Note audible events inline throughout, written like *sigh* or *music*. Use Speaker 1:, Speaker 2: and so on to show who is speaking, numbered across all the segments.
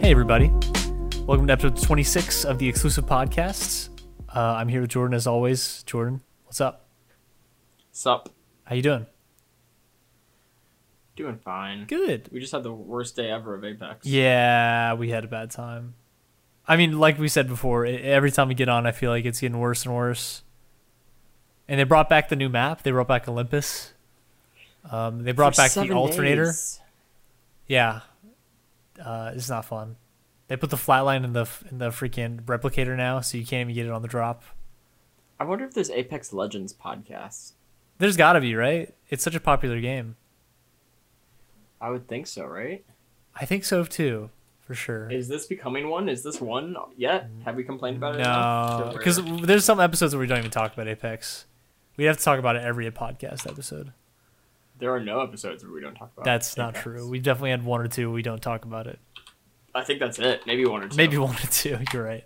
Speaker 1: Hey, everybody. Welcome to episode 26 of the exclusive podcast. Uh, I'm here with Jordan as always. Jordan, what's up?
Speaker 2: Sup?
Speaker 1: How you doing?
Speaker 2: Doing fine.
Speaker 1: Good.
Speaker 2: We just had the worst day ever of Apex.
Speaker 1: Yeah, we had a bad time. I mean, like we said before, e- every time we get on, I feel like it's getting worse and worse. And they brought back the new map. They brought back Olympus. Um, they brought
Speaker 2: For
Speaker 1: back the
Speaker 2: seven
Speaker 1: alternator.
Speaker 2: days.
Speaker 1: Yeah, uh, it's not fun. They put the flatline in the f- in the freaking replicator now, so you can't even get it on the drop.
Speaker 2: I wonder if there's Apex Legends podcast.
Speaker 1: There's got to be, right? It's such a popular game.
Speaker 2: I would think so, right?
Speaker 1: I think so too, for sure.
Speaker 2: Is this becoming one? Is this one yet? Have we complained about it?
Speaker 1: Mm. No, because there's some episodes where we don't even talk about Apex. We have to talk about it every podcast episode.
Speaker 2: there are no episodes where we don't talk about.
Speaker 1: That's not
Speaker 2: Apex.
Speaker 1: true. We definitely had one or two we don't talk about it.
Speaker 2: I think that's it. Maybe one or two.
Speaker 1: Maybe one or two. *laughs* You're right.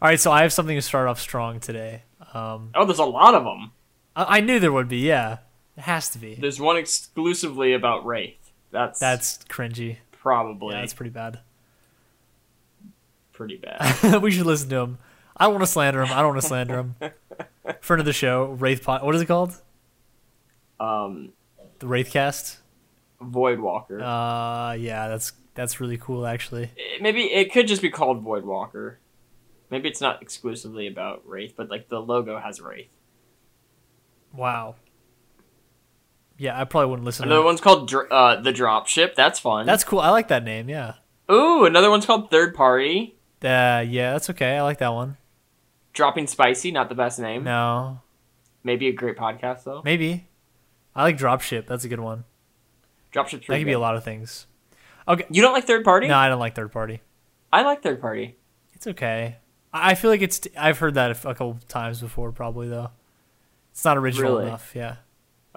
Speaker 1: All right, so I have something to start off strong today. Um,
Speaker 2: Oh, there's a lot of them.
Speaker 1: I, I knew there would be. Yeah, it has to be.
Speaker 2: There's one exclusively about Wraith. That's
Speaker 1: That's cringy.
Speaker 2: probably
Speaker 1: Yeah, that's pretty bad. *laughs*
Speaker 2: pretty bad.
Speaker 1: we should listen to him. I don't want to slander him. I don't want to slander
Speaker 2: *laughs*
Speaker 1: him. Friend of the show, Wraith Pod. What is it called?
Speaker 2: um,
Speaker 1: The Wraithcast.
Speaker 2: Voidwalker.
Speaker 1: Uh, yeah, that's that's really cool actually.
Speaker 2: it- maybe it could just be called Voidwalker. Maybe it's not exclusively about Wraith, but like the logo has Wraith.
Speaker 1: Wow. Yeah, I probably wouldn't listen. to
Speaker 2: Another
Speaker 1: that.
Speaker 2: one's called Dr- uh, the Dropship. That's fun.
Speaker 1: That's cool. I like that name. Yeah.
Speaker 2: ooh. Another one's called Third Party.
Speaker 1: Uh, yeah, that's okay. I like that one.
Speaker 2: Dropping Spicy. Not the best name.
Speaker 1: No,
Speaker 2: Maybe a great podcast though.
Speaker 1: maybe. I like Dropship. That's a good one.
Speaker 2: Dropship's
Speaker 1: That
Speaker 2: pretty
Speaker 1: could be
Speaker 2: good.
Speaker 1: a lot of things.
Speaker 2: You don't like Third Party?
Speaker 1: No, I don't like third party.
Speaker 2: I like Third Party.
Speaker 1: It's okay. I I feel like it's. I've heard that a f- a couple times before, probably though. It's not original
Speaker 2: Really?
Speaker 1: enough. Yeah.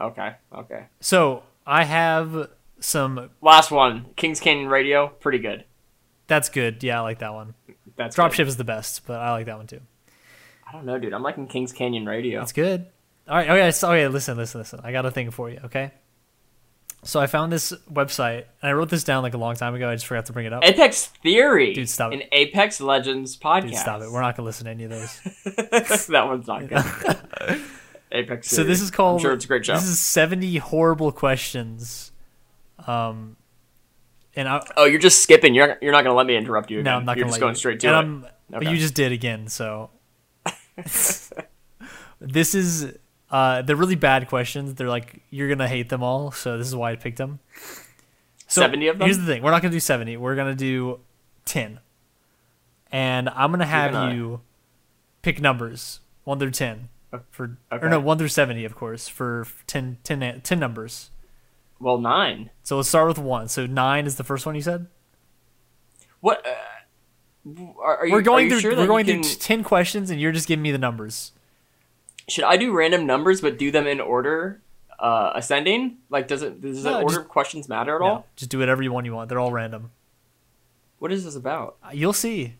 Speaker 2: Okay. Okay.
Speaker 1: So I have some.
Speaker 2: Last one. Kings Canyon Radio. Pretty good.
Speaker 1: That's good. Yeah, I like that one.
Speaker 2: That's good.
Speaker 1: Dropship is the best, but I like that one too.
Speaker 2: I don't know, dude. I'm liking Kings Canyon Radio.
Speaker 1: That's good. All right. Okay. So, okay. Listen. Listen. Listen. I got a thing for you. Okay. So I found this website and I wrote this down like a long time ago. I just forgot to bring it up.
Speaker 2: Apex Theory.
Speaker 1: Dude, stop
Speaker 2: An
Speaker 1: it.
Speaker 2: Apex Legends podcast.
Speaker 1: Dude, stop it. We're not gonna listen to any of
Speaker 2: *laughs*
Speaker 1: those.
Speaker 2: that one's not good. *laughs* Apex.
Speaker 1: so
Speaker 2: Theory.
Speaker 1: this is called.
Speaker 2: I'm sure, it's a great show.
Speaker 1: This is seventy horrible questions. Um, and I
Speaker 2: oh, you're just skipping. You're you're not gonna let me interrupt you. Again.
Speaker 1: no, I'm not
Speaker 2: You're
Speaker 1: gonna
Speaker 2: just
Speaker 1: let
Speaker 2: going
Speaker 1: you.
Speaker 2: straight to
Speaker 1: and
Speaker 2: it.
Speaker 1: I'm, But
Speaker 2: Okay.
Speaker 1: you just did again.
Speaker 2: *laughs*
Speaker 1: So this is. Uh, they're really bad questions. They're like you're gonna hate them all. So this is why I picked them. So
Speaker 2: 70 of them?
Speaker 1: Here's the thing: we're not gonna do seventy. We're gonna do ten, and I'm gonna have
Speaker 2: gonna-
Speaker 1: you pick numbers one through ten for
Speaker 2: Okay.
Speaker 1: or no one through seventy, of course, for 10, 10, 10 numbers.
Speaker 2: Well, nine.
Speaker 1: So let's start with one. So nine is the first one you said.
Speaker 2: What? Uh, are, are you,
Speaker 1: We're
Speaker 2: are
Speaker 1: going
Speaker 2: you
Speaker 1: through.
Speaker 2: Sure that
Speaker 1: we're
Speaker 2: you
Speaker 1: going
Speaker 2: can-
Speaker 1: through t- ten questions, and you're just giving me the numbers.
Speaker 2: should I do random numbers, but do them in order, uh, ascending? Like, does it does
Speaker 1: No,
Speaker 2: the order
Speaker 1: just-
Speaker 2: of questions matter at
Speaker 1: No,
Speaker 2: all?
Speaker 1: just do whatever you want. You want. They're all random.
Speaker 2: What is this about?
Speaker 1: Uh, You'll see.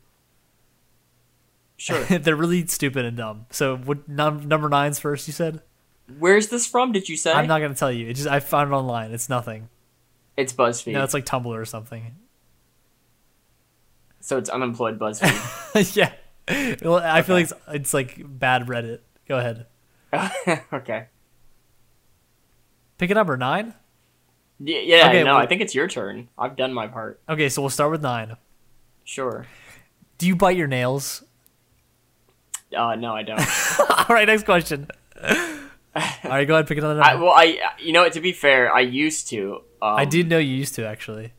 Speaker 1: *laughs*
Speaker 2: Sure. *laughs*
Speaker 1: They're really stupid and dumb. So what num- number nine's first? You said
Speaker 2: Where's this from? Did you say?
Speaker 1: I'm not gonna tell you. It just I found it online. It's nothing.
Speaker 2: It's BuzzFeed.
Speaker 1: No, it's like Tumblr or something. *laughs*
Speaker 2: so it's
Speaker 1: *laughs*
Speaker 2: unemployed BuzzFeed. *laughs*
Speaker 1: yeah. Well, I feel like it's, it's like bad Reddit. Go ahead.
Speaker 2: okay.
Speaker 1: Pick a number nine.
Speaker 2: Y- yeah.
Speaker 1: Okay,
Speaker 2: no,
Speaker 1: well-
Speaker 2: I think it's your turn. I've done my part.
Speaker 1: Okay, so we'll start with nine.
Speaker 2: Sure.
Speaker 1: Do you bite your nails? *laughs*
Speaker 2: Uh, no, I don't.
Speaker 1: all right, next
Speaker 2: *laughs*
Speaker 1: question. all right, go ahead. Pick another number.
Speaker 2: I, well, I you know to be fair, I used to. Um,
Speaker 1: I did know you used to actually.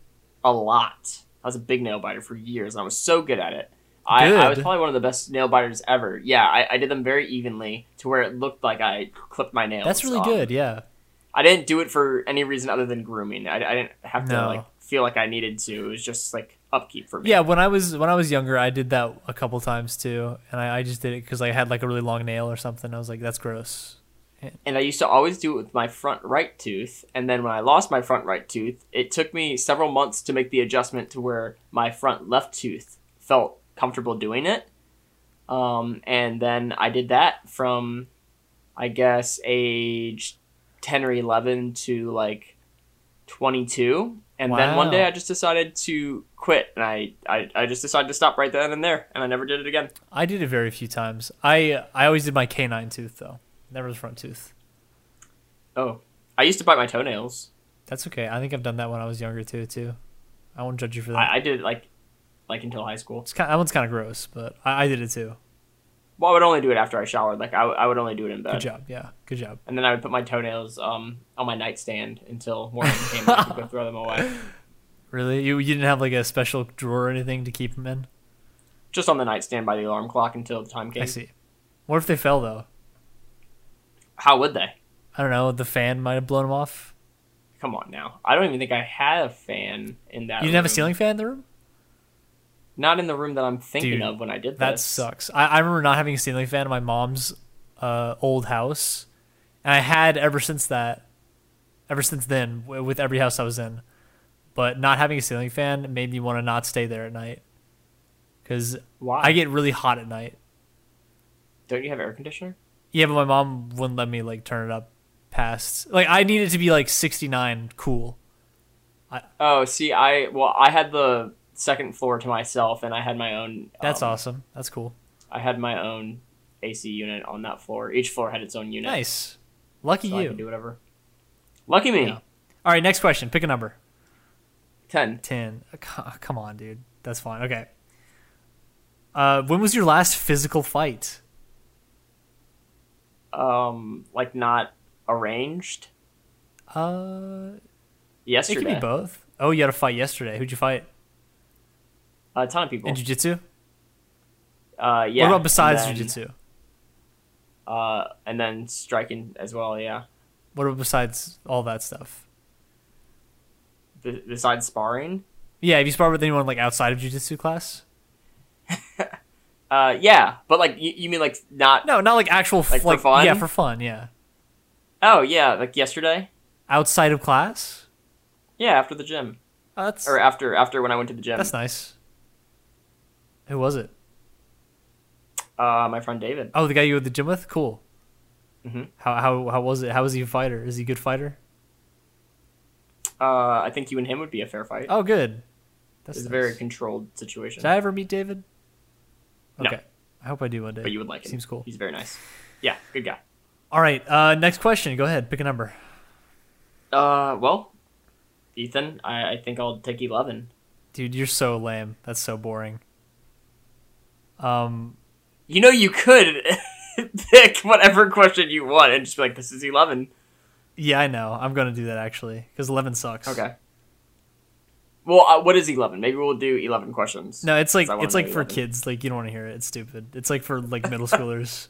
Speaker 2: a lot. I was a big nail biter for years, and I was so good at it. I, I was
Speaker 1: Good.
Speaker 2: probably one of the best nail biters ever. Yeah, I, I did them very evenly to where it looked like I clipped my nails.
Speaker 1: That's really
Speaker 2: off.
Speaker 1: good. Yeah.
Speaker 2: I didn't do it for any reason other than grooming. I, I didn't have to
Speaker 1: No.
Speaker 2: like feel like I needed to. It was just like upkeep for me.
Speaker 1: Yeah, when I was when I was younger, I did that a couple times too, and I, I just did it because I had like a really long nail or something. I was like, that's gross.
Speaker 2: and I used to always do it with my front right tooth. And then when I lost my front right tooth, it took me several months to make the adjustment to where my front left tooth felt comfortable doing it. Um, and then I did that from, I guess, age 10 or 11 to like 22. And then one
Speaker 1: Wow.
Speaker 2: day I just decided to quit and I, I, I just decided to stop right then and there and I never did it again.
Speaker 1: I did it very few times. I I always did my canine tooth though, never the front tooth.
Speaker 2: Oh, I used to bite my toenails.
Speaker 1: That's okay. I think I've done that when I was younger too. Too. I won't judge you for that.
Speaker 2: I, I did it like, like until high school.
Speaker 1: it's kind that one's kind of gross, but I, I did it too.
Speaker 2: Well, I would only do it after I showered. Like I, w- I would only do it in
Speaker 1: Good
Speaker 2: bed.
Speaker 1: job. Yeah. Good job.
Speaker 2: And then I would put my toenails um on my nightstand until morning came and I
Speaker 1: *laughs*
Speaker 2: could go throw them away.
Speaker 1: Really? You you didn't have like a special drawer or anything to keep them in?
Speaker 2: Just on the nightstand by the alarm clock until the time
Speaker 1: I
Speaker 2: came.
Speaker 1: see. What if they fell though?
Speaker 2: How would they?
Speaker 1: I don't know. The fan might have blown them off.
Speaker 2: Come on now. I don't even think I had a fan in that.
Speaker 1: You didn't have a
Speaker 2: room.
Speaker 1: ceiling fan in the room?
Speaker 2: Not in the room that I'm thinking
Speaker 1: Dude,
Speaker 2: of when I did
Speaker 1: That
Speaker 2: this.
Speaker 1: sucks. I, I remember not having a ceiling fan in my mom's uh, old house, and I had ever since that, ever since then, w- with every house I was in. But not having a ceiling fan made me want to not stay there at night, because
Speaker 2: Why?
Speaker 1: I get really hot at night.
Speaker 2: Don't you have air conditioner?
Speaker 1: Yeah, but my mom wouldn't let me like turn it up past like I needed to be like sixty nine cool.
Speaker 2: Oh, see, I well, I had the second floor to myself, and I had my own.
Speaker 1: That's
Speaker 2: um,
Speaker 1: awesome. That's cool.
Speaker 2: I had my own AC unit on that floor. Each floor had its own unit.
Speaker 1: Nice. Lucky
Speaker 2: So I could
Speaker 1: you.
Speaker 2: do whatever. Lucky me.
Speaker 1: Yeah. All right, next question. Pick a number.
Speaker 2: Ten.
Speaker 1: 10 Uh, c- *laughs* come on dude that's fine okay uh when was your last physical fight
Speaker 2: Um, like not arranged.
Speaker 1: uh it could
Speaker 2: Yesterday,
Speaker 1: be both oh you had a fight yesterday who'd you fight
Speaker 2: a ton of people.
Speaker 1: in jiu-jitsu
Speaker 2: uh, yeah.
Speaker 1: what about besides
Speaker 2: and then,
Speaker 1: jiu-jitsu
Speaker 2: Uh, and then striking as well. Yeah.
Speaker 1: what about besides all that stuff
Speaker 2: B- besides sparring.
Speaker 1: yeah have you sparred with anyone like outside of jiu-jitsu class
Speaker 2: Uh, yeah, but like you, you mean like not?
Speaker 1: no not like actual f-
Speaker 2: Like,
Speaker 1: like,
Speaker 2: for fun?
Speaker 1: yeah for fun yeah
Speaker 2: Oh yeah, like yesterday.
Speaker 1: outside of class
Speaker 2: Yeah, after the gym
Speaker 1: Oh, that's
Speaker 2: or um, after after when I went to the gym.
Speaker 1: that's nice who was it
Speaker 2: Uh, my friend David.
Speaker 1: oh the guy you were at the gym with cool
Speaker 2: Mhm.
Speaker 1: how, how how was it how was he a fighter is he a good fighter
Speaker 2: Uh, I think you and him would be a fair fight.
Speaker 1: oh good that's
Speaker 2: it's a
Speaker 1: nice.
Speaker 2: very controlled situation.
Speaker 1: Did I ever meet David?
Speaker 2: No.
Speaker 1: I hope I do one day.
Speaker 2: But you would like him.
Speaker 1: Seems cool.
Speaker 2: He's very nice. Yeah, good guy.
Speaker 1: All right. Uh, next question. Go ahead. Pick a number.
Speaker 2: Uh, well, Ethan, I, I think I'll take eleven.
Speaker 1: Dude, you're so lame. That's so boring. Um,
Speaker 2: You know, you could *laughs* pick whatever question you want and just be like, "This is 11.
Speaker 1: yeah, I know. I'm gonna do that actually because eleven sucks.
Speaker 2: Okay. Well, uh, what is eleven? Maybe we'll do eleven questions.
Speaker 1: No, it's like
Speaker 2: I wanna
Speaker 1: it's like
Speaker 2: know
Speaker 1: for
Speaker 2: 11.
Speaker 1: kids. Like you don't want to hear it. It's stupid. It's like for like
Speaker 2: *laughs*
Speaker 1: middle schoolers.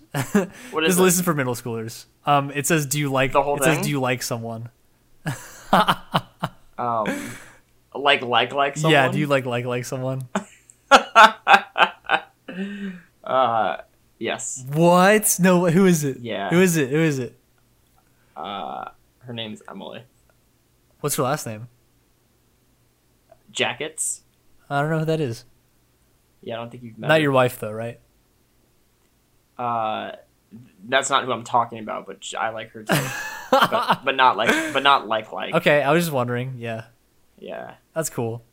Speaker 2: What is
Speaker 1: Just
Speaker 2: it?
Speaker 1: listen for middle schoolers. Um, it says, "Do you like?"
Speaker 2: The whole
Speaker 1: it
Speaker 2: thing?
Speaker 1: says, "Do you like someone?" *laughs*
Speaker 2: Um, like, like, like. Someone?
Speaker 1: Yeah. Do you like like like someone?
Speaker 2: Uh, yes.
Speaker 1: what? No. Who is it?
Speaker 2: Yeah.
Speaker 1: Who is it? Who is it?
Speaker 2: Uh, her name's Emily.
Speaker 1: What's her last name?
Speaker 2: Jackets.
Speaker 1: I don't know who that is.
Speaker 2: Yeah, I don't think you've met.
Speaker 1: Not
Speaker 2: her.
Speaker 1: your wife though,
Speaker 2: *laughs*
Speaker 1: right?
Speaker 2: Uh, that's not who I'm talking about, but sh- I like
Speaker 1: *laughs*
Speaker 2: her too. but, but not like, but not like, like.
Speaker 1: Okay, I was just wondering. Yeah,
Speaker 2: Yeah,
Speaker 1: that's cool.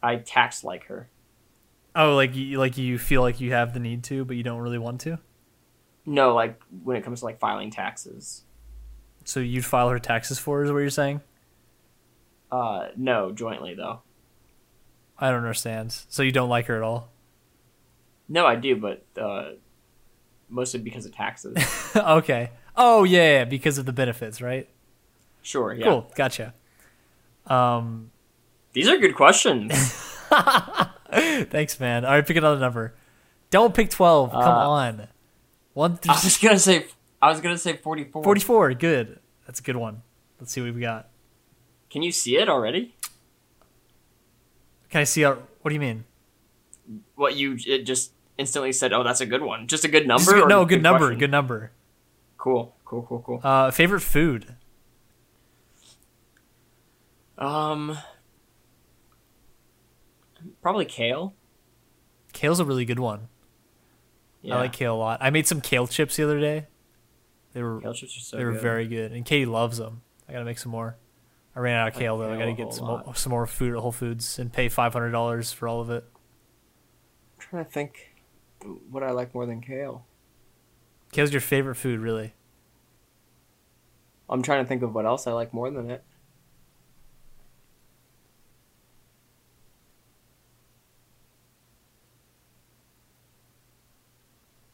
Speaker 2: I tax like her.
Speaker 1: Oh, like you, like you feel like you have the need to, but you don't really want to.
Speaker 2: No, like when it comes to like filing taxes.
Speaker 1: So you'd file her taxes for, her, is what you're saying?
Speaker 2: Uh, no, jointly though.
Speaker 1: I don't understand. So you don't like her at all?
Speaker 2: No, I do, but uh, mostly because of taxes.
Speaker 1: *laughs*
Speaker 2: *laughs*
Speaker 1: okay. Oh yeah, yeah, because of the benefits, right?
Speaker 2: Sure. Yeah.
Speaker 1: Cool. Gotcha. Um, *laughs*
Speaker 2: These are good questions.
Speaker 1: thanks, man. All right, pick another number. Don't pick twelve. Come
Speaker 2: Uh,
Speaker 1: on. One
Speaker 2: *laughs* I *laughs*
Speaker 1: through
Speaker 2: was just gonna say. I was gonna say forty-four.
Speaker 1: forty-four. Good. That's a good one. Let's see what we got.
Speaker 2: Can you see it already?
Speaker 1: Can I see? Our, what do you mean?
Speaker 2: What you it just instantly said? Oh, that's a good one. Just a good
Speaker 1: This
Speaker 2: number.
Speaker 1: is good-
Speaker 2: or
Speaker 1: no, good, number.
Speaker 2: question?
Speaker 1: Good number.
Speaker 2: Cool. Cool. Cool. Cool.
Speaker 1: Uh, favorite food.
Speaker 2: Um, probably kale.
Speaker 1: Kale's a really good one.
Speaker 2: Yeah.
Speaker 1: I like kale a lot. I made some kale chips the other day. They were
Speaker 2: kale chips are so
Speaker 1: they were
Speaker 2: good.
Speaker 1: very good, and Katie loves them. I gotta make some more, I ran out of
Speaker 2: Like
Speaker 1: kale though. I
Speaker 2: kale
Speaker 1: gotta
Speaker 2: a
Speaker 1: get
Speaker 2: whole
Speaker 1: some more,
Speaker 2: lot.
Speaker 1: some more food at Whole Foods and pay five hundred dollars for all of it.
Speaker 2: I'm trying to think what I like more than kale.
Speaker 1: Kale's your favorite food, really?
Speaker 2: I'm trying to think of what else I like more than it.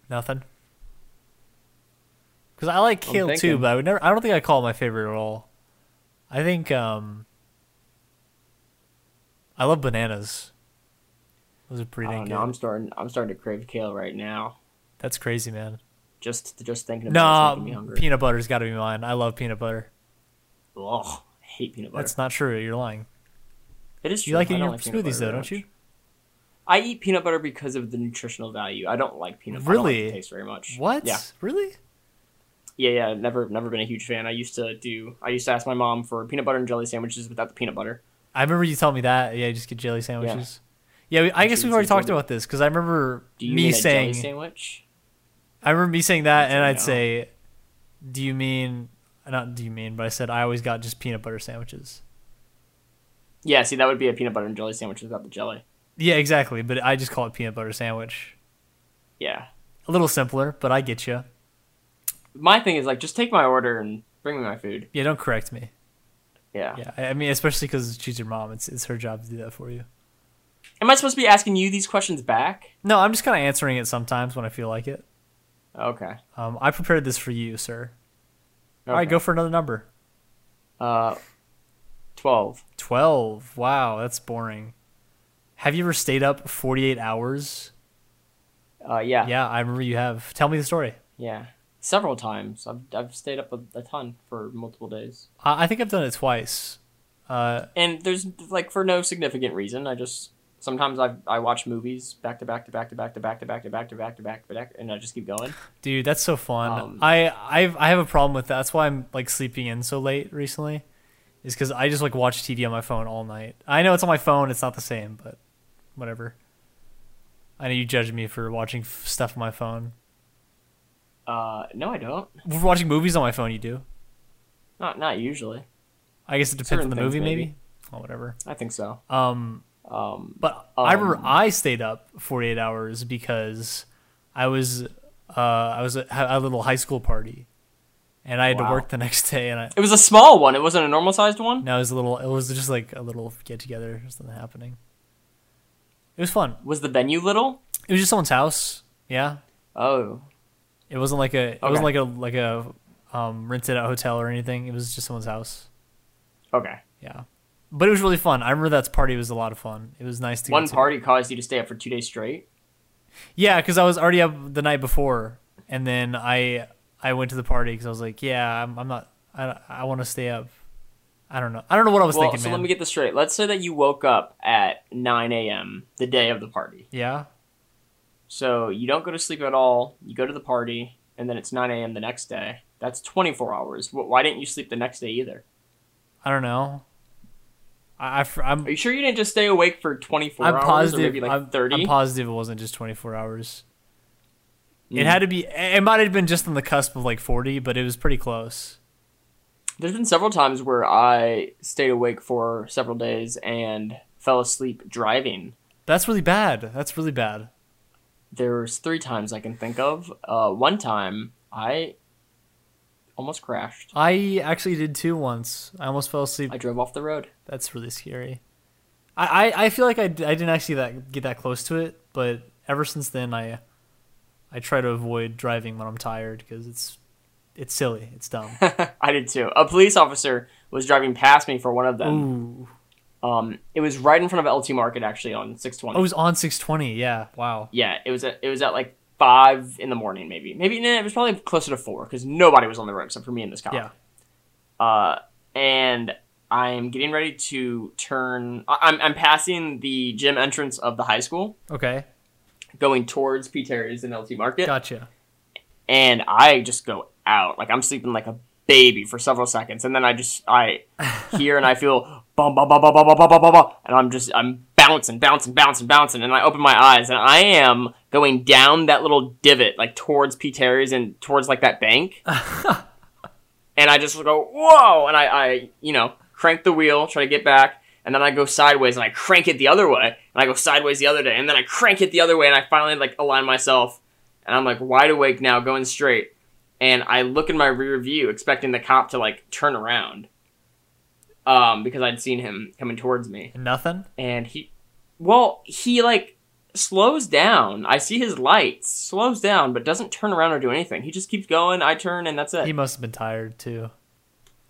Speaker 1: Nothing. Because I like
Speaker 2: I'm
Speaker 1: kale too,
Speaker 2: thinking.
Speaker 1: but I would never. I don't think I call it my favorite at all. I think um. I love bananas. Those are pretty
Speaker 2: I
Speaker 1: dang
Speaker 2: don't
Speaker 1: good.
Speaker 2: know. I'm starting. I'm starting to crave kale right now.
Speaker 1: That's crazy, man.
Speaker 2: Just just thinking
Speaker 1: No,
Speaker 2: about it it's making me hungry.
Speaker 1: peanut butter's got to be mine. I love peanut butter.
Speaker 2: Ugh, I hate peanut butter.
Speaker 1: That's not true. You're lying.
Speaker 2: it is.
Speaker 1: You
Speaker 2: true.
Speaker 1: like it
Speaker 2: I
Speaker 1: in
Speaker 2: don't
Speaker 1: your
Speaker 2: peanut
Speaker 1: smoothies
Speaker 2: butter
Speaker 1: though,
Speaker 2: very
Speaker 1: don't
Speaker 2: much.
Speaker 1: you?
Speaker 2: I eat peanut butter because of the nutritional value. I don't like peanut. butter. I don't like
Speaker 1: Really?
Speaker 2: the taste very much.
Speaker 1: What?
Speaker 2: Yeah,
Speaker 1: Really?
Speaker 2: yeah, yeah. Never, never been a huge fan. I used to do. I used to ask my mom for peanut butter and jelly sandwiches without the peanut butter.
Speaker 1: I remember you telling me that. Yeah, you just get jelly sandwiches. Yeah, we, I
Speaker 2: That's
Speaker 1: guess
Speaker 2: what
Speaker 1: we've
Speaker 2: you
Speaker 1: already
Speaker 2: told
Speaker 1: talked
Speaker 2: me.
Speaker 1: about this because I remember
Speaker 2: Do you
Speaker 1: me
Speaker 2: mean a jelly
Speaker 1: saying.
Speaker 2: sandwich?
Speaker 1: I remember me saying that,
Speaker 2: I'd say
Speaker 1: and I'd
Speaker 2: no.
Speaker 1: say, "Do you mean not? Do you mean?" But I said I always got just peanut butter sandwiches.
Speaker 2: Yeah. See, that would be a peanut butter and jelly sandwich without the jelly.
Speaker 1: Yeah, exactly. But I just call it peanut butter sandwich.
Speaker 2: Yeah.
Speaker 1: A little simpler, but I get you.
Speaker 2: My thing is like, just take my order and bring me my food.
Speaker 1: Yeah, don't correct me.
Speaker 2: Yeah.
Speaker 1: Yeah, I I mean, especially because she's your mom. It's it's her job to do that for you.
Speaker 2: Am I supposed to be asking you these questions back?
Speaker 1: No, I'm just kind of answering it sometimes when I feel like it.
Speaker 2: Okay.
Speaker 1: Um, I prepared this for you, sir. All right, go for another number.
Speaker 2: Uh, twelve.
Speaker 1: 12. Wow, that's boring. Have you ever stayed up 48 hours?
Speaker 2: Uh, yeah, yeah,
Speaker 1: Yeah, I remember you have. Tell me the story.
Speaker 2: Several times. I've I've stayed up a, a ton for multiple days,
Speaker 1: I, I think I've done it twice. Uh,
Speaker 2: and there's like for no significant reason. I just sometimes I I watch movies back to back to back to back to back to back to back to back to back to back, and I just keep going.
Speaker 1: dude, that's so fun.
Speaker 2: Um,
Speaker 1: I I've, I have a problem with that. That's why I'm like sleeping in so late recently, is because I just like watch TV on my phone all night. I know it's on my phone. It's not the same, but whatever. I know you judge me for watching f- stuff on my phone.
Speaker 2: Uh, no, I don't.
Speaker 1: For watching movies on my phone, you do.
Speaker 2: Not not usually.
Speaker 1: I guess it depends
Speaker 2: Certain
Speaker 1: on the
Speaker 2: things,
Speaker 1: movie, maybe.
Speaker 2: maybe.
Speaker 1: Oh, whatever.
Speaker 2: I think so.
Speaker 1: Um,
Speaker 2: Um,
Speaker 1: But I remember
Speaker 2: Um,
Speaker 1: I stayed up 48 hours because I was uh, I was at a little high school party, and I had to
Speaker 2: Wow.
Speaker 1: work the next day, and I
Speaker 2: it was a small one. It wasn't a normal sized one.
Speaker 1: now it was a little it was just like a little get together or something happening. It was fun.
Speaker 2: Was the venue little?
Speaker 1: It was just someone's house. Yeah,
Speaker 2: Oh,
Speaker 1: it wasn't like a it wasn't like
Speaker 2: Okay.
Speaker 1: a like a um, rented out hotel or anything. It was just someone's house.
Speaker 2: okay.
Speaker 1: Yeah, but it was really fun. I remember that party was a lot of fun. It was nice to
Speaker 2: One
Speaker 1: get to.
Speaker 2: party caused you to stay up for two days straight.
Speaker 1: Yeah, because I was already up the night before, and then I I went to the party because I was like, yeah, I'm, I'm not, I, I want to stay up. I don't know. I don't know what I was
Speaker 2: well,
Speaker 1: thinking,
Speaker 2: so
Speaker 1: man.
Speaker 2: let me get this straight. Let's say that you woke up at 9 a.m. the day of the party.
Speaker 1: yeah,
Speaker 2: So you don't go to sleep at all. You go to the party, and then it's 9 a.m. the next day. That's 24 hours. Wh- Why didn't you sleep the next day either?
Speaker 1: I don't know. I, I am
Speaker 2: Are you sure you didn't just stay awake for 24
Speaker 1: I'm
Speaker 2: hours
Speaker 1: positive.
Speaker 2: or maybe like
Speaker 1: I'm,
Speaker 2: 30?
Speaker 1: I'm positive it wasn't just 24 hours. It
Speaker 2: Mm.
Speaker 1: had to be. It might have been just on the cusp of like 40, but it was pretty close.
Speaker 2: Mm-hmm. There's been several times where I stayed awake for several days and fell asleep driving.
Speaker 1: That's really bad. That's really bad.
Speaker 2: There's three times I can think of. Uh, one time I almost crashed.
Speaker 1: I actually did two once. I almost fell asleep
Speaker 2: I drove off the road. *laughs*
Speaker 1: That's really scary. I, I, I feel like I, d- I didn't actually that get that close to it, but ever since then I I try to avoid driving when I'm tired because it's it's silly, it's *laughs* dumb.
Speaker 2: I did too. A police officer was driving past me for one of them.
Speaker 1: Ooh,
Speaker 2: Um, it was right in front of LT Market actually on
Speaker 1: I
Speaker 2: 620.
Speaker 1: was on 620. Yeah, wow.
Speaker 2: yeah, it was at, it was at like five in the morning maybe. Maybe nah, it was probably closer to four because nobody was on the road except for me and this cop.
Speaker 1: Yeah,
Speaker 2: Uh, and I'm getting ready to turn. I- I'm I'm passing the gym entrance of the high school,
Speaker 1: okay,
Speaker 2: going towards P Terry's and LT Market,
Speaker 1: gotcha.
Speaker 2: and I just go out like I'm sleeping like a baby for several seconds, and then I just I hear and I feel bum bum bum bum bum bum bum bum bum, bum, and I'm just I'm bouncing, bouncing, bouncing, bouncing, and I open my eyes and I am going down that little divot like towards P Terry's and towards like that bank, and I just go whoa, and I I you know crank the wheel, try to get back, and then I go sideways and I crank it the other way, and I go sideways the other day, and then I crank it the other way, and I finally like align myself, and I'm like wide awake now, going straight, and I look in my rear view, expecting the cop to like turn around, um, because I'd seen him coming towards me,
Speaker 1: Nothing.
Speaker 2: and he, well, he like slows down. I see his lights, slows down, but doesn't turn around or do anything. He just keeps going. I turn, and that's it
Speaker 1: He must have been tired too.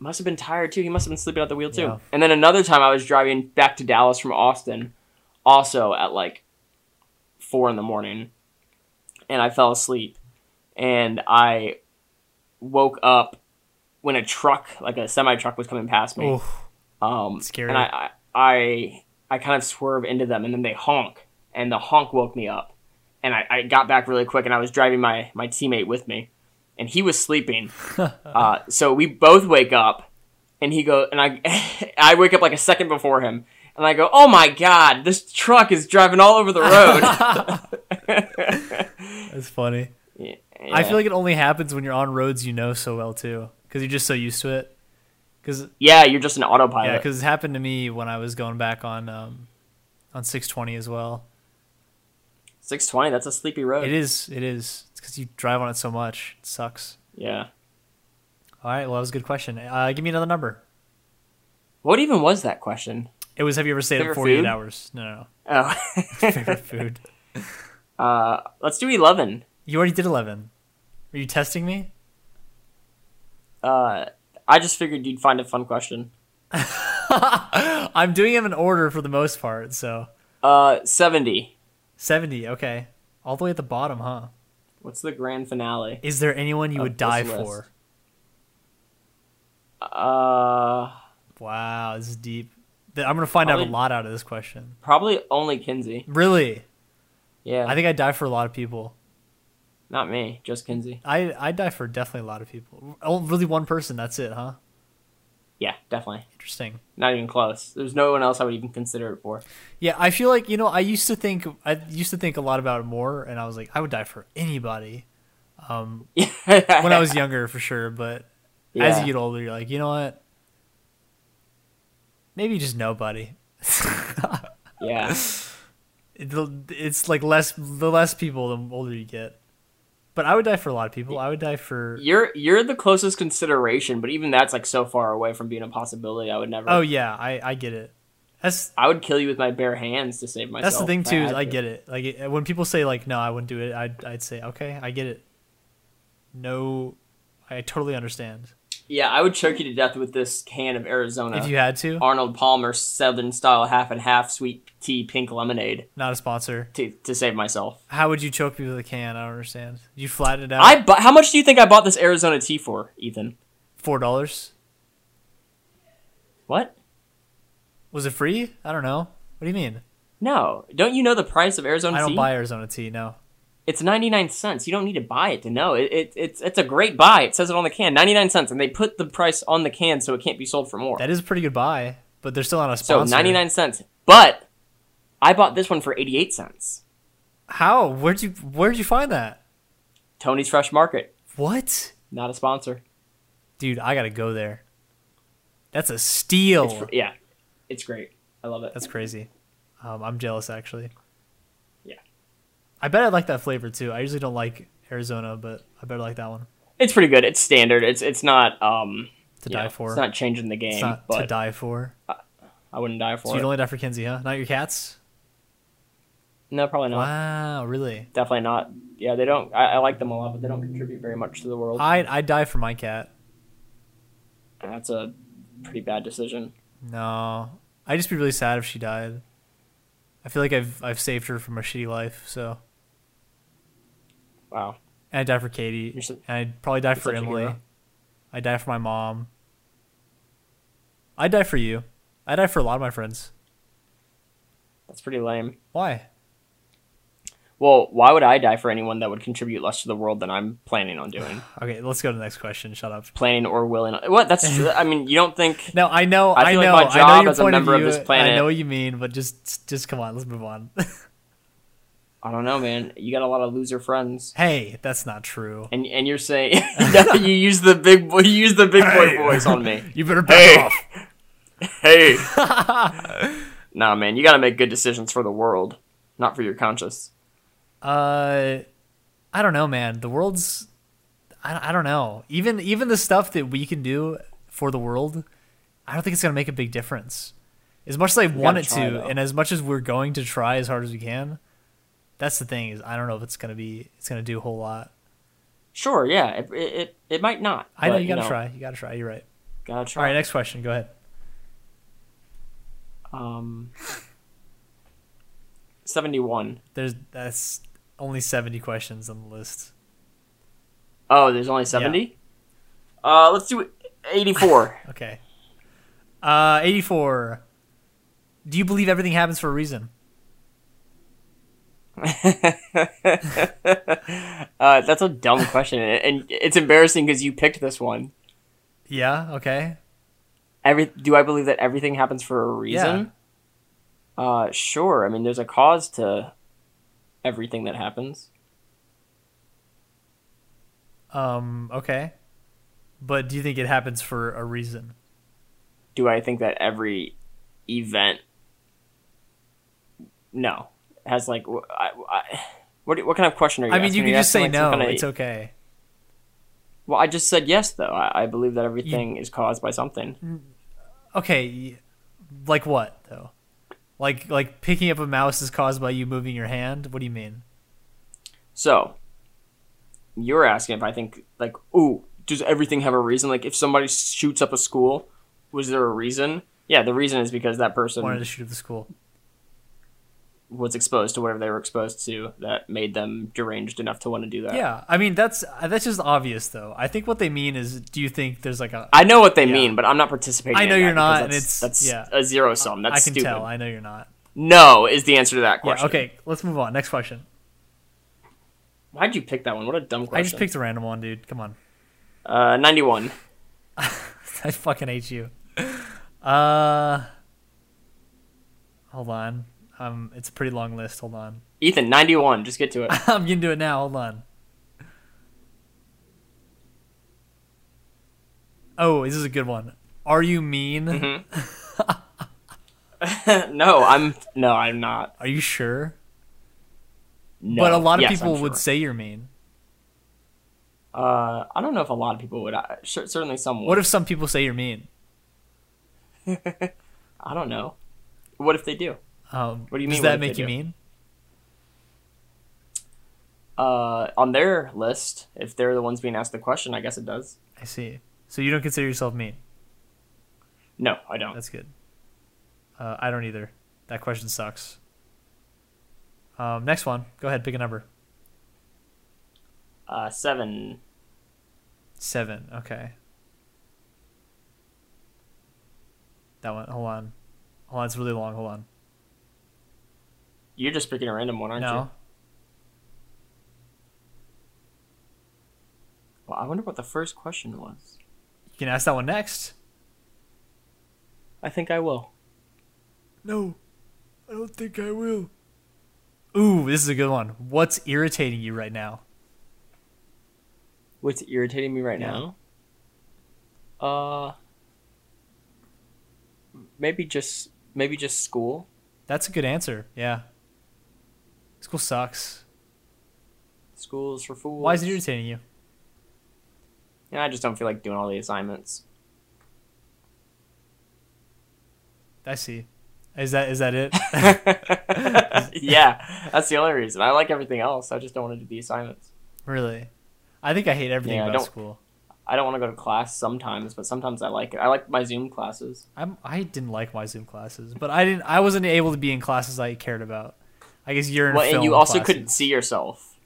Speaker 2: must have been tired too. He must have been sleeping at the wheel too.
Speaker 1: Yeah.
Speaker 2: And then another time I was driving back to Dallas from Austin, also at like four in the morning, and I fell asleep. And I woke up when a truck, like a semi truck, was coming past me.
Speaker 1: Oof.
Speaker 2: Um,
Speaker 1: Scary.
Speaker 2: And I, I, I, I kind of swerve into them, and then they honk, and the honk woke me up, and I, I got back really quick, and I was driving my my teammate with me, and he was
Speaker 1: *laughs*
Speaker 2: sleeping, uh, so we both wake up, and he go, and I, *laughs* I wake up like a second before him, and I go, oh my god, this truck is driving all over the
Speaker 1: *laughs*
Speaker 2: road. *laughs*
Speaker 1: That's funny.
Speaker 2: Yeah.
Speaker 1: I feel like it only happens when you're on roads you know so well too, because you're just so used to it. Because
Speaker 2: yeah, you're just an
Speaker 1: yeah,
Speaker 2: autopilot.
Speaker 1: because it happened to me when I was going back on um, on 620 as well.
Speaker 2: Six twenty, that's a sleepy road.
Speaker 1: It is. It is. It's because you drive on it so much. It sucks.
Speaker 2: Yeah.
Speaker 1: All right. Well, that was a good question. Uh, give me another number.
Speaker 2: What even was that question?
Speaker 1: It was. Have you ever stayed
Speaker 2: Favorite
Speaker 1: up 48
Speaker 2: food?
Speaker 1: hours? No, no, *laughs*
Speaker 2: Oh,
Speaker 1: no. Favorite food.
Speaker 2: uh, let's do eleven.
Speaker 1: You already did 11. Are you testing me? *laughs*
Speaker 2: Uh, I just figured you'd find a fun question.
Speaker 1: I'm doing them in order for the most part. So
Speaker 2: Uh, 70.
Speaker 1: 70. Okay. All the way at the bottom, huh?
Speaker 2: What's the grand finale?
Speaker 1: Is there anyone you
Speaker 2: Of
Speaker 1: would
Speaker 2: Oh, this
Speaker 1: die
Speaker 2: list.
Speaker 1: for?
Speaker 2: Uh,
Speaker 1: Wow, this is deep. Th- I'm gonna find out a
Speaker 2: Probably-
Speaker 1: lot out of this question.
Speaker 2: probably only Kinsey.
Speaker 1: Really,
Speaker 2: Yeah,
Speaker 1: I think I'd die for a lot of people.
Speaker 2: not me, just Kinsey.
Speaker 1: I I'd die for definitely a lot of people. Oh, really, one person. That's it, huh?
Speaker 2: Yeah, definitely.
Speaker 1: Interesting.
Speaker 2: Not even close. There's no one else I would even consider it for. *laughs*
Speaker 1: Yeah, I feel like you know I used to think I used to think a lot about it more, and I was like I would die for anybody Um,
Speaker 2: when
Speaker 1: when I was younger for sure. But as you get older, you're like, you know what? Maybe just nobody. *laughs*
Speaker 2: yeah,
Speaker 1: It- It's like less the less people the older you get. But I would die for a lot of people. I would die for
Speaker 2: you're you're the closest consideration, but even that's like so far away from being a possibility. I would never.
Speaker 1: Oh yeah, I I get it. That's
Speaker 2: I would kill you with my bare hands to save myself.
Speaker 1: that's the thing
Speaker 2: if
Speaker 1: too. Is
Speaker 2: had
Speaker 1: I
Speaker 2: to.
Speaker 1: get it. Like it, when people say like no, I wouldn't do it. I'd I'd say okay, I get it. No, I totally understand.
Speaker 2: Yeah, I would choke you to death with this can of Arizona
Speaker 1: If you had to,
Speaker 2: Arnold Palmer Southern style half and half sweet tea pink lemonade
Speaker 1: not a sponsor.
Speaker 2: to to save myself.
Speaker 1: How would you choke me with a can? I don't understand. You flatten it out.
Speaker 2: I bu- how much do you think I bought this Arizona tea for, Ethan?
Speaker 1: Four dollars.
Speaker 2: What?
Speaker 1: Was it free? I don't know. What do you mean?
Speaker 2: No, don't you know the price of Arizona
Speaker 1: I don't
Speaker 2: tea?
Speaker 1: buy Arizona tea. No.
Speaker 2: It's ninety nine cents. You don't need to buy it to know. It, it it's it's a great buy. It says it on the can, ninety nine cents, and they put the price on the can so it can't be sold for more.
Speaker 1: That is a pretty good buy, but they're still not a
Speaker 2: so
Speaker 1: sponsor.
Speaker 2: ninety nine cents. But I bought this one for eighty eight cents.
Speaker 1: How? Where'd you Where'd you find that?
Speaker 2: Tony's Fresh Market,
Speaker 1: What?
Speaker 2: not a sponsor.
Speaker 1: Dude, I gotta go there. That's a steal.
Speaker 2: It's fr- yeah, it's great. I love it.
Speaker 1: That's crazy. Um, I'm jealous actually.
Speaker 2: Yeah.
Speaker 1: I bet I like that flavor too. I usually don't like Arizona, but I bet I like that one
Speaker 2: it's pretty good. It's standard. It's it's not um
Speaker 1: to
Speaker 2: you
Speaker 1: die
Speaker 2: know,
Speaker 1: for.
Speaker 2: It's not changing the game,
Speaker 1: It's not to
Speaker 2: but
Speaker 1: die for.
Speaker 2: I wouldn't die
Speaker 1: So
Speaker 2: for
Speaker 1: you'd
Speaker 2: it.
Speaker 1: only die for Kinsey, huh? Not your cats?
Speaker 2: No, probably not.
Speaker 1: Wow, really?
Speaker 2: definitely not. Yeah, they don't. I, I like them a lot, but they don't contribute very much to the world.
Speaker 1: I'd I'd die for my cat.
Speaker 2: And that's a pretty bad decision.
Speaker 1: No. I'd just be really sad if she died. I feel like I've I've saved her from a shitty life, so
Speaker 2: Wow.
Speaker 1: and I'd die for Katie.
Speaker 2: You're su-
Speaker 1: and I'd probably die for
Speaker 2: such a
Speaker 1: Emily.
Speaker 2: hero.
Speaker 1: I'd die for my mom. I'd die for you. I'd die for a lot of my friends.
Speaker 2: That's pretty lame.
Speaker 1: Why?
Speaker 2: Well, why would I die for anyone that would contribute less to the world than I'm planning
Speaker 1: *sighs*
Speaker 2: on doing?
Speaker 1: Okay, let's go to the next question. Shut up.
Speaker 2: planning or willing.
Speaker 1: *laughs*
Speaker 2: What? That's. I mean, you don't think.
Speaker 1: No, I know, I,
Speaker 2: I feel like
Speaker 1: know,
Speaker 2: my
Speaker 1: I know
Speaker 2: job
Speaker 1: your
Speaker 2: as a
Speaker 1: point
Speaker 2: member
Speaker 1: of
Speaker 2: of
Speaker 1: view.
Speaker 2: this planet-
Speaker 1: I know what you mean, but just, just come on, let's move on. *laughs*
Speaker 2: I don't know, man. You got a lot of loser friends.
Speaker 1: hey, that's not true.
Speaker 2: And, and you're
Speaker 1: *laughs* *laughs*
Speaker 2: *laughs* saying you use the big boy you use the big boy voice on me.
Speaker 1: You better back off. *laughs*
Speaker 2: Hey. nah, man, you gotta make good decisions for the world, not for your conscience.
Speaker 1: Uh, I don't know, man. The world's, I, I don't know. Even even the stuff that we can do for the world, I don't think it's gonna make a big difference. As much as I want it
Speaker 2: try,
Speaker 1: to,
Speaker 2: though.
Speaker 1: and as much as we're going to try as hard as we can, that's the thing is I don't know if it's gonna be it's gonna do a whole lot.
Speaker 2: Sure, yeah, it it, it, it might not.
Speaker 1: I know
Speaker 2: but,
Speaker 1: you gotta try. You gotta try. You're right.
Speaker 2: Gotta
Speaker 1: All
Speaker 2: try.
Speaker 1: right, next question. Go ahead.
Speaker 2: Um, seventy-one.
Speaker 1: There's that's only seventy questions on the list.
Speaker 2: Oh, there's only seventy. Uh, let's do
Speaker 1: *laughs*
Speaker 2: eighty-four. *laughs*
Speaker 1: Okay. Uh, eighty-four. Do you believe everything happens for a reason?
Speaker 2: uh, that's a dumb question, and and it's embarrassing because you picked this one.
Speaker 1: Yeah. Okay.
Speaker 2: Every do I believe that everything happens for a reason? Uh, sure. I mean, there's a cause to everything that happens.
Speaker 1: Um. Okay. But do you think it happens for a reason?
Speaker 2: Do I think that every event? No, It has like wh- I, I, what? do- What kind of question are you?
Speaker 1: I mean, you
Speaker 2: asking? Are
Speaker 1: can just say
Speaker 2: asking, like,
Speaker 1: no.
Speaker 2: some kinda-
Speaker 1: It's okay.
Speaker 2: Well, I just said yes, though. I, I believe that everything is caused by something.
Speaker 1: Okay. y- Like what though? Like like picking up a mouse is caused by you moving your hand. What do you mean?
Speaker 2: So, you're asking if I think, like, ooh, does everything have a reason? Like, if somebody shoots up a school, was there a reason? Yeah, the reason is because that
Speaker 1: Wanted to
Speaker 2: person
Speaker 1: shoot up the school.
Speaker 2: was exposed to whatever they were exposed to that made them deranged enough to want to do that.
Speaker 1: Yeah. I mean that's uh, that's just obvious though. I think what they mean is, do you think there's like a? I
Speaker 2: I know what they mean, but I'm not participating.
Speaker 1: I know
Speaker 2: in that
Speaker 1: you're not,
Speaker 2: because That's,
Speaker 1: and it's-
Speaker 2: that's
Speaker 1: yeah.
Speaker 2: a zero sum. That's
Speaker 1: can
Speaker 2: stupid.
Speaker 1: tell. I know you're not.
Speaker 2: No is the answer to that
Speaker 1: Yeah.
Speaker 2: question.
Speaker 1: Okay. Let's move on. Next question.
Speaker 2: Why'd you pick that one? What a dumb question.
Speaker 1: I just picked a random one, dude. Come on. *laughs*
Speaker 2: uh, 91.
Speaker 1: I fucking hate you. Uh, hold on. Um, it's a pretty long list. Hold on. *laughs*
Speaker 2: Ethan, 91. Just get to it.
Speaker 1: I'm gonna do it now. Hold on. Oh, this is a good one. Are you mean? *laughs*
Speaker 2: Mm-hmm. no, I'm no, I'm not.
Speaker 1: Are you sure?
Speaker 2: No.
Speaker 1: but a lot of
Speaker 2: Yes,
Speaker 1: people
Speaker 2: I'm
Speaker 1: would
Speaker 2: sure.
Speaker 1: say you're mean.
Speaker 2: Uh, I don't know if a lot of people would. I, cer- certainly some would. *laughs*
Speaker 1: What if some people say you're mean?
Speaker 2: I don't know. What if they do?
Speaker 1: Um,
Speaker 2: What do you
Speaker 1: does
Speaker 2: mean, what
Speaker 1: that
Speaker 2: if
Speaker 1: make
Speaker 2: they
Speaker 1: you
Speaker 2: do?
Speaker 1: mean?
Speaker 2: Uh, on their list, if they're the ones being asked the question, I guess it does.
Speaker 1: I see. So you don't consider yourself mean.
Speaker 2: No, I don't.
Speaker 1: That's good. Uh, I don't either. That question sucks. Um, next one. Go ahead. Pick a number.
Speaker 2: Uh, seven.
Speaker 1: Seven. Okay. That one. Hold on. Hold on. It's really long. Hold on.
Speaker 2: You're just picking a random one, aren't you?
Speaker 1: no.
Speaker 2: Well, I wonder what the first question was.
Speaker 1: You can ask that one next.
Speaker 2: I think I will.
Speaker 1: No. I don't think I will. Ooh, this is a good one. What's irritating you right now?
Speaker 2: What's irritating me right
Speaker 1: Yeah.
Speaker 2: now? Uh, maybe just maybe just school.
Speaker 1: That's a good answer. Yeah. School sucks.
Speaker 2: School's for fools.
Speaker 1: Why is it irritating you?
Speaker 2: Yeah, I just don't feel like doing all the assignments.
Speaker 1: I see. Is that is that
Speaker 2: *laughs*
Speaker 1: it? *laughs*
Speaker 2: yeah, that's the only reason. I like everything else. I just don't want to do the assignments.
Speaker 1: really? I think I hate everything
Speaker 2: Yeah, I
Speaker 1: about
Speaker 2: don't-
Speaker 1: school.
Speaker 2: I don't want to go to class sometimes, but sometimes I like it. I like my Zoom classes.
Speaker 1: I'm I didn't like my Zoom classes, but I didn't I wasn't able to be in classes I cared about. I guess you're in
Speaker 2: Well,
Speaker 1: film
Speaker 2: and you also
Speaker 1: classes.
Speaker 2: couldn't see yourself.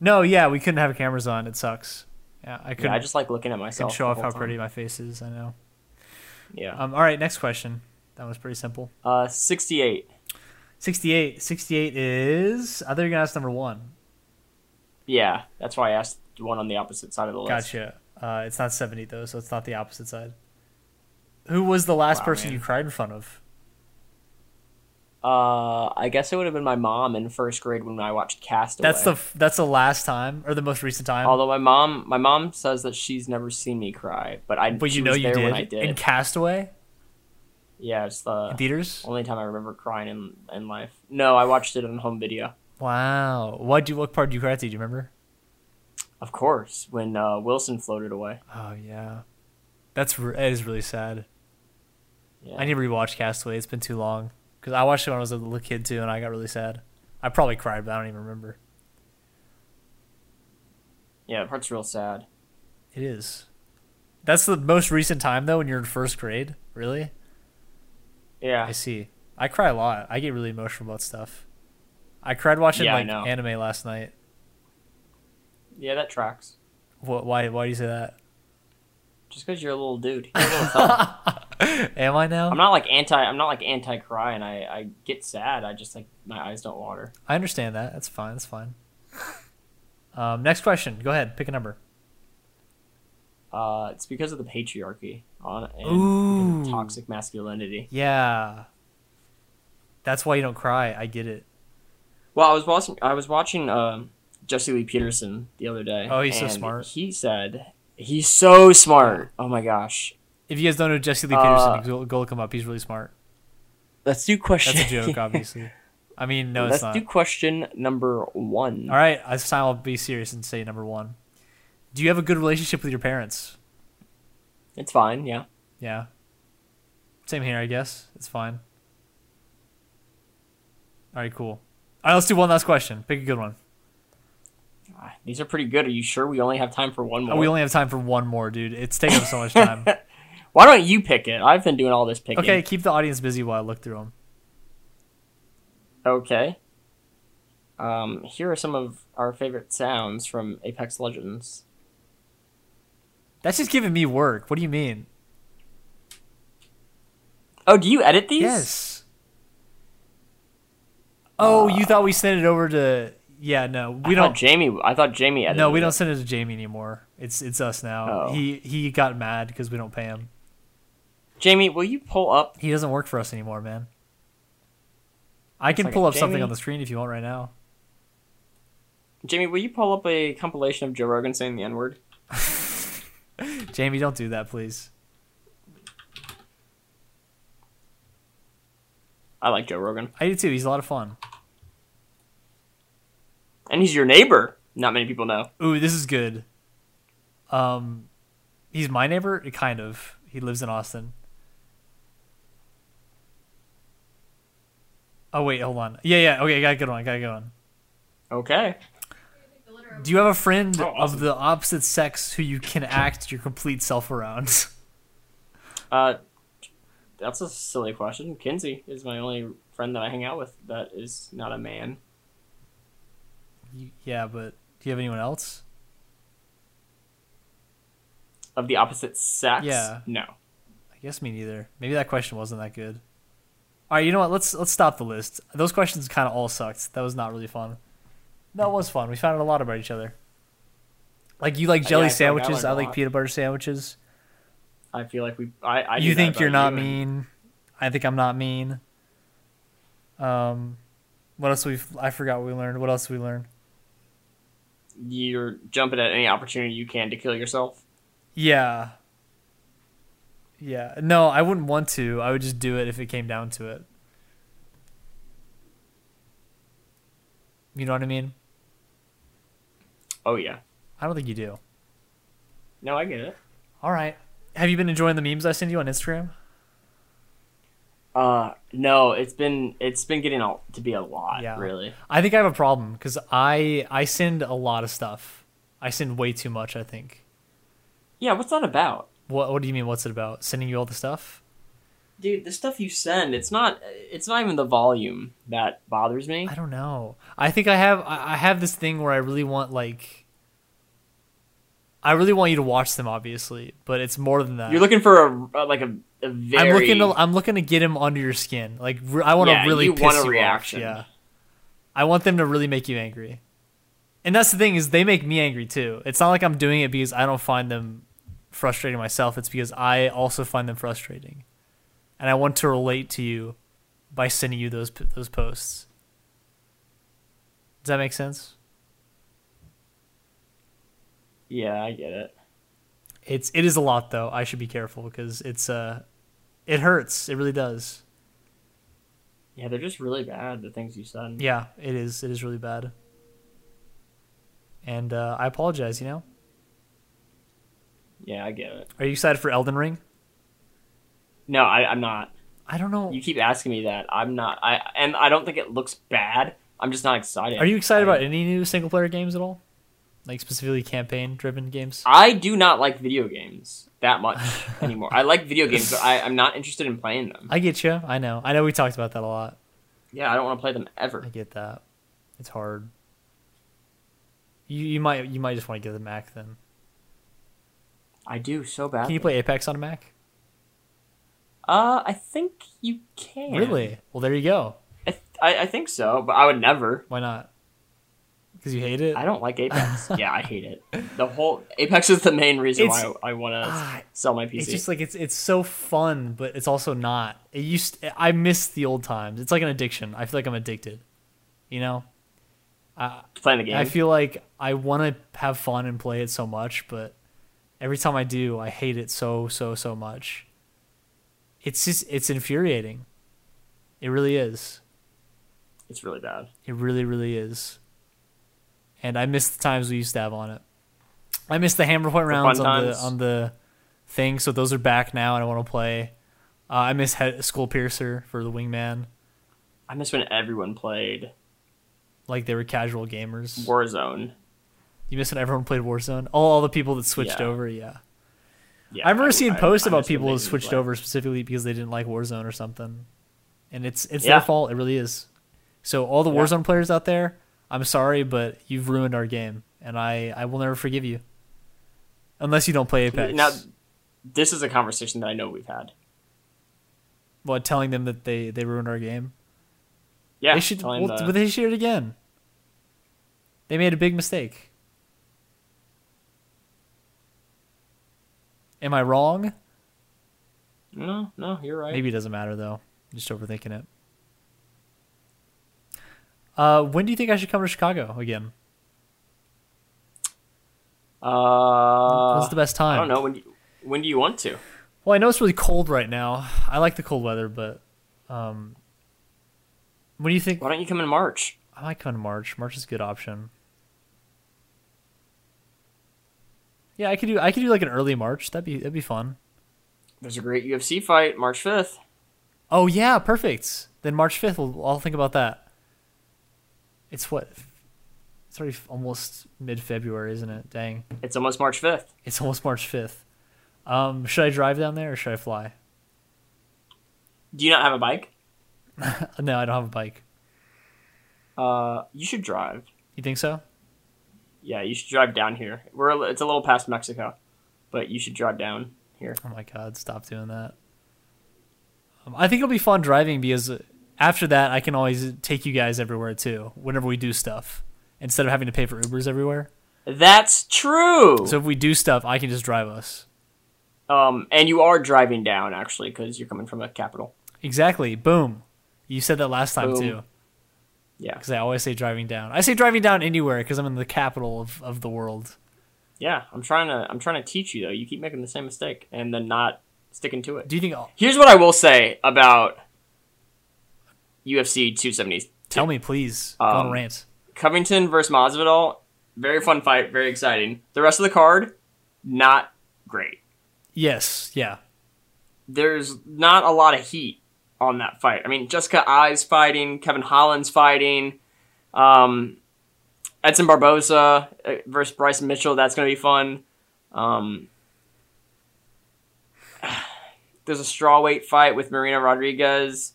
Speaker 1: No, yeah, we couldn't have cameras on. It sucks. Yeah, I couldn't,
Speaker 2: Yeah, I just like looking at
Speaker 1: couldn't
Speaker 2: myself.
Speaker 1: show
Speaker 2: the
Speaker 1: off
Speaker 2: whole
Speaker 1: how
Speaker 2: time.
Speaker 1: pretty my face is. I know.
Speaker 2: Yeah.
Speaker 1: Um, all right, next question. That was pretty simple.
Speaker 2: Uh, sixty-eight.
Speaker 1: 68. 68 is. I thought you were going to ask number one.
Speaker 2: Yeah, that's why I asked one on the opposite side of the list.
Speaker 1: Gotcha. Uh, it's not 70, though, so it's not the opposite side. Who was the last
Speaker 2: Wow,
Speaker 1: person
Speaker 2: man.
Speaker 1: you cried in front of?
Speaker 2: Uh, I guess it would have been my mom in first grade when I watched Castaway.
Speaker 1: That's the f- that's the last time or the most recent time.
Speaker 2: Although my mom, my mom says that she's never seen me cry, but I. Uh,
Speaker 1: but
Speaker 2: she
Speaker 1: you know
Speaker 2: was
Speaker 1: you
Speaker 2: there
Speaker 1: did.
Speaker 2: when I did.
Speaker 1: In Castaway?
Speaker 2: Yeah, it's the
Speaker 1: in theaters?
Speaker 2: only time I remember crying in in life. No, I watched it on home video.
Speaker 1: Wow. What do what part do you cry to? Do you remember?
Speaker 2: Of course, when uh, Wilson floated away.
Speaker 1: Oh yeah, that's re- that is really sad.
Speaker 2: Yeah.
Speaker 1: I need to rewatch Castaway. It's been too long because I watched it when I was a little kid too, and I got really sad. I probably cried, but I don't even remember.
Speaker 2: yeah, that part's real sad.
Speaker 1: It is. That's the most recent time though when you're in first grade. Really?
Speaker 2: Yeah.
Speaker 1: I see. I cry a lot. I get really emotional about stuff. I cried watching
Speaker 2: Yeah, I
Speaker 1: like
Speaker 2: know.
Speaker 1: anime last night.
Speaker 2: Yeah, that tracks.
Speaker 1: What? Why? Why do you say that?
Speaker 2: Just because you're a
Speaker 1: *laughs*
Speaker 2: little dude. You're a little fella.
Speaker 1: Am I now?
Speaker 2: I'm not like anti. I'm not like anti cry, and I I get sad. I just like my eyes don't water.
Speaker 1: I understand that. That's fine. That's fine. Um, next question. Go ahead. Pick a number.
Speaker 2: Uh, it's because of the patriarchy on and because of
Speaker 1: Ooh.
Speaker 2: toxic masculinity.
Speaker 1: Yeah. That's why you don't cry. I get it.
Speaker 2: Well, I was watching. I was watching um, Jesse Lee Peterson the other day.
Speaker 1: Oh, he's so
Speaker 2: and
Speaker 1: smart.
Speaker 2: He said he's so smart. Oh my gosh,
Speaker 1: If you guys don't know Jesse Lee
Speaker 2: Uh,
Speaker 1: Peterson, go, go look him up. He's really smart.
Speaker 2: let's do question.
Speaker 1: That's a
Speaker 2: *laughs*
Speaker 1: joke, obviously. I mean, no,
Speaker 2: let's
Speaker 1: it's not.
Speaker 2: do question number one.
Speaker 1: All right, this time I'll be serious and say number one. Do you have a good relationship with your parents?
Speaker 2: It's fine. Yeah.
Speaker 1: Yeah. Same here, I guess. It's fine. All right, cool. All right, let's do one last question. Pick a good one.
Speaker 2: Ah, These are pretty good. Are you sure we only have time for one more?
Speaker 1: Oh, we only have time for one more, dude. It's taking up so much time.
Speaker 2: *laughs* Why don't you pick it? I've been doing all this picking.
Speaker 1: Okay, keep the audience busy while I look through them.
Speaker 2: Okay. Um, here are some of our favorite sounds from Apex Legends.
Speaker 1: That's just giving me work. What do you mean?
Speaker 2: Oh, do you edit these?
Speaker 1: Yes. Oh, you thought we sent it over to? Yeah, no, we
Speaker 2: Uh, I thought
Speaker 1: don't.
Speaker 2: Jamie. I thought Jamie edited.
Speaker 1: No, we
Speaker 2: it.
Speaker 1: don't send it to Jamie anymore. It's it's us now.
Speaker 2: Oh.
Speaker 1: He he got mad because we don't pay him.
Speaker 2: Jamie, will you pull up?
Speaker 1: He doesn't work for us anymore, man. I can
Speaker 2: second,
Speaker 1: pull up something
Speaker 2: Jamie?
Speaker 1: on the screen if you want right now.
Speaker 2: Jamie, will you pull up a compilation of Joe Rogan saying the N word?
Speaker 1: Jamie, don't do that, please.
Speaker 2: I like Joe Rogan,
Speaker 1: I do too. He's a lot of fun.
Speaker 2: and he's your neighbor. Not many people know.
Speaker 1: Ooh, this is good. Um, he's my neighbor, kind of. He lives in Austin. Oh wait, hold on. Yeah, yeah. Okay, I got a good one. I got a good one.
Speaker 2: Okay.
Speaker 1: Do you have a friend
Speaker 2: Oh, awesome.
Speaker 1: of the opposite sex who you can act your complete self around? *laughs*
Speaker 2: Uh, that's a silly question. Kinsey is my only friend that I hang out with that is not a man.
Speaker 1: You- yeah, but do you have anyone else?
Speaker 2: Of the opposite sex?
Speaker 1: Yeah.
Speaker 2: No.
Speaker 1: I guess me neither. Maybe that question wasn't that good. All right, you know what? Let's let's stop the list. Those questions kind of all sucked. That was not really fun. No, it was fun. We found out a lot about each other. Like you like
Speaker 2: Uh, Yeah,
Speaker 1: jelly
Speaker 2: I feel like I
Speaker 1: sandwiches.
Speaker 2: learned
Speaker 1: I
Speaker 2: a
Speaker 1: like
Speaker 2: lot.
Speaker 1: peanut butter sandwiches.
Speaker 2: I feel like we. I. I
Speaker 1: you
Speaker 2: do that
Speaker 1: think you're
Speaker 2: about
Speaker 1: not
Speaker 2: you, and-
Speaker 1: mean. I think I'm not mean. Um, what else we? I forgot what we learned. What else did we learn?
Speaker 2: you're jumping at any opportunity you can to kill yourself.
Speaker 1: Yeah. Yeah. No, I wouldn't want to. I would just do it if it came down to it. You know what I mean?
Speaker 2: Oh yeah.
Speaker 1: I don't think you do.
Speaker 2: No, I get it.
Speaker 1: All right. Have you been enjoying the memes I send you on Instagram?
Speaker 2: Uh, no, it's been it's been getting out to be a lot,
Speaker 1: Yeah.
Speaker 2: really.
Speaker 1: I think I have a problem because I I send a lot of stuff. I send way too much. I think.
Speaker 2: Yeah, what's that about,
Speaker 1: What What do you mean? What's it about? Sending you all the stuff?
Speaker 2: dude? The stuff you send, it's not it's not even the volume that bothers me.
Speaker 1: I don't know. I think I have I I have this thing where I really want like I really want you to watch them obviously, but it's more than that.
Speaker 2: You're looking for a, a like a, a very.
Speaker 1: I'm looking to I'm looking to get him under your skin. Like re- I want to
Speaker 2: Yeah,
Speaker 1: really
Speaker 2: you
Speaker 1: piss
Speaker 2: want a
Speaker 1: you off.
Speaker 2: reaction.
Speaker 1: Yeah. I want them to really make you angry. And that's the thing is they make me angry too. It's not like I'm doing it because I don't find them frustrating myself. It's because I also find them frustrating. And I want to relate to you by sending you those p- those posts. Does that make sense?
Speaker 2: Yeah, I get it.
Speaker 1: It's it is a lot though. I should be careful because it's uh It hurts. It really does.
Speaker 2: Yeah, they're just really bad. The things you said.
Speaker 1: Yeah, it is. It is really bad. And uh, I apologize. You know.
Speaker 2: Yeah, I get it.
Speaker 1: Are you excited for Elden Ring?
Speaker 2: No, I, I'm not.
Speaker 1: I don't know.
Speaker 2: You keep asking me that. I'm not. I and I don't think it looks bad. I'm just not excited.
Speaker 1: Are you excited
Speaker 2: I-
Speaker 1: about any new single player games at all? Like specifically campaign driven games?
Speaker 2: I do not like video games
Speaker 1: *laughs*
Speaker 2: that much anymore. I like video games, but I, I'm not interested in playing them.
Speaker 1: I get you. I know. I know we talked about that a lot.
Speaker 2: Yeah, I don't want to play them
Speaker 1: I
Speaker 2: ever.
Speaker 1: get that. It's hard. You you might you might just want to get the Mac then.
Speaker 2: I do so bad.
Speaker 1: Can you play Apex on a Mac?
Speaker 2: Uh, I think you can.
Speaker 1: Really? Well, there you go.
Speaker 2: I, th- I, I think so, but I would never.
Speaker 1: Why not? Because you hate it.
Speaker 2: I don't like
Speaker 1: *laughs*
Speaker 2: Apex. yeah, I hate it. The whole Apex is the main reason
Speaker 1: It's-
Speaker 2: why I, I want to
Speaker 1: *sighs* Ah,
Speaker 2: sell my PC.
Speaker 1: It's just like it's it's so fun, but it's also not. It used I miss the old times. It's like an addiction. I feel like I'm addicted. You know,
Speaker 2: playing the game.
Speaker 1: I feel like I want to have fun and play it so much, but every time I do, I hate it so so so much. It's just it's infuriating. It really is.
Speaker 2: it's really bad.
Speaker 1: It really really is. And I miss the times we used to have on it. I miss the hammer point rounds
Speaker 2: fun
Speaker 1: on
Speaker 2: times.
Speaker 1: the on the thing, so those are back now, and I want to play. Uh, I miss head, Skull Piercer for the Wingman,
Speaker 2: I miss when everyone played
Speaker 1: like they were casual gamers.
Speaker 2: Warzone.
Speaker 1: You miss when everyone played Warzone. All, all the people that switched
Speaker 2: Yeah.
Speaker 1: over, yeah.
Speaker 2: Yeah,
Speaker 1: I remember seeing posts
Speaker 2: I
Speaker 1: about
Speaker 2: miss when
Speaker 1: people
Speaker 2: they
Speaker 1: who
Speaker 2: didn't
Speaker 1: switched
Speaker 2: play.
Speaker 1: over specifically because they didn't like Warzone or something, and it's it's
Speaker 2: Yeah.
Speaker 1: their fault. It really is. So all the
Speaker 2: Yeah.
Speaker 1: Warzone players out there, I'm sorry, but you've ruined our game, and I I will never forgive you. Unless you don't play Apex.
Speaker 2: Now, this is a conversation that I know we've had.
Speaker 1: what telling them that they they ruined our game?
Speaker 2: Yeah,
Speaker 1: they should.
Speaker 2: telling
Speaker 1: Well,
Speaker 2: the-
Speaker 1: But they should do it again. They made a big mistake. Am I wrong?
Speaker 2: no, no, you're right.
Speaker 1: Maybe it doesn't matter though. I'm just overthinking it. Uh, when do you think I should come to Chicago again?
Speaker 2: Uh,
Speaker 1: When's the best
Speaker 2: I
Speaker 1: time?
Speaker 2: don't know when. You, when do you want to?
Speaker 1: Well, I know it's really cold right now. I like the cold weather, but um, when do you think?
Speaker 2: Why don't you come in March?
Speaker 1: I might come in March. March is a good option. Yeah, I could do. I could do like an early March. That'd be that'd be fun.
Speaker 2: There's a great UFC fight March 5th.
Speaker 1: Oh yeah, perfect. Then March fifth, we'll all think about that. It's what? It's already almost mid February, isn't it? Dang.
Speaker 2: It's almost March 5th.
Speaker 1: It's almost March 5th. Um, should I drive down there or should I fly? *laughs*
Speaker 2: Do you not have a bike?
Speaker 1: No, I don't have a bike.
Speaker 2: Uh, you should drive.
Speaker 1: You think so?
Speaker 2: Yeah, you should drive down here. We're a li- it's a little past Mexico, but you should drive down here.
Speaker 1: Oh my God, stop doing that. Um, I think it'll be fun driving because uh, after that, I can always take you guys everywhere too, whenever we do stuff, instead of having to pay for Ubers everywhere.
Speaker 2: That's true.
Speaker 1: So if we do stuff, I can just drive us.
Speaker 2: um, and you are driving down actually because you're coming from a capital.
Speaker 1: Exactly. Boom. You said that last time
Speaker 2: Boom.
Speaker 1: too,
Speaker 2: Yeah,
Speaker 1: because I always say driving down. I say driving down anywhere because I'm in the capital of, of the world.
Speaker 2: yeah. I'm trying to I'm trying to teach you though. You keep making the same mistake and then not sticking to it.
Speaker 1: Do you think? uh,
Speaker 2: Here's what I will say about UFC 270.
Speaker 1: Tell me, please. Go on a
Speaker 2: Um,
Speaker 1: rant.
Speaker 2: Covington versus Masvidal, very fun fight, very exciting. The rest of the card, not great.
Speaker 1: Yes. Yeah.
Speaker 2: There's not a lot of heat on that fight. I mean, Jessica I's fighting, Kevin Holland's fighting, um, Edson Barboza uh, versus Bryce Mitchell. That's gonna be fun. Um, *sighs* there's a strawweight fight with Marina Rodriguez.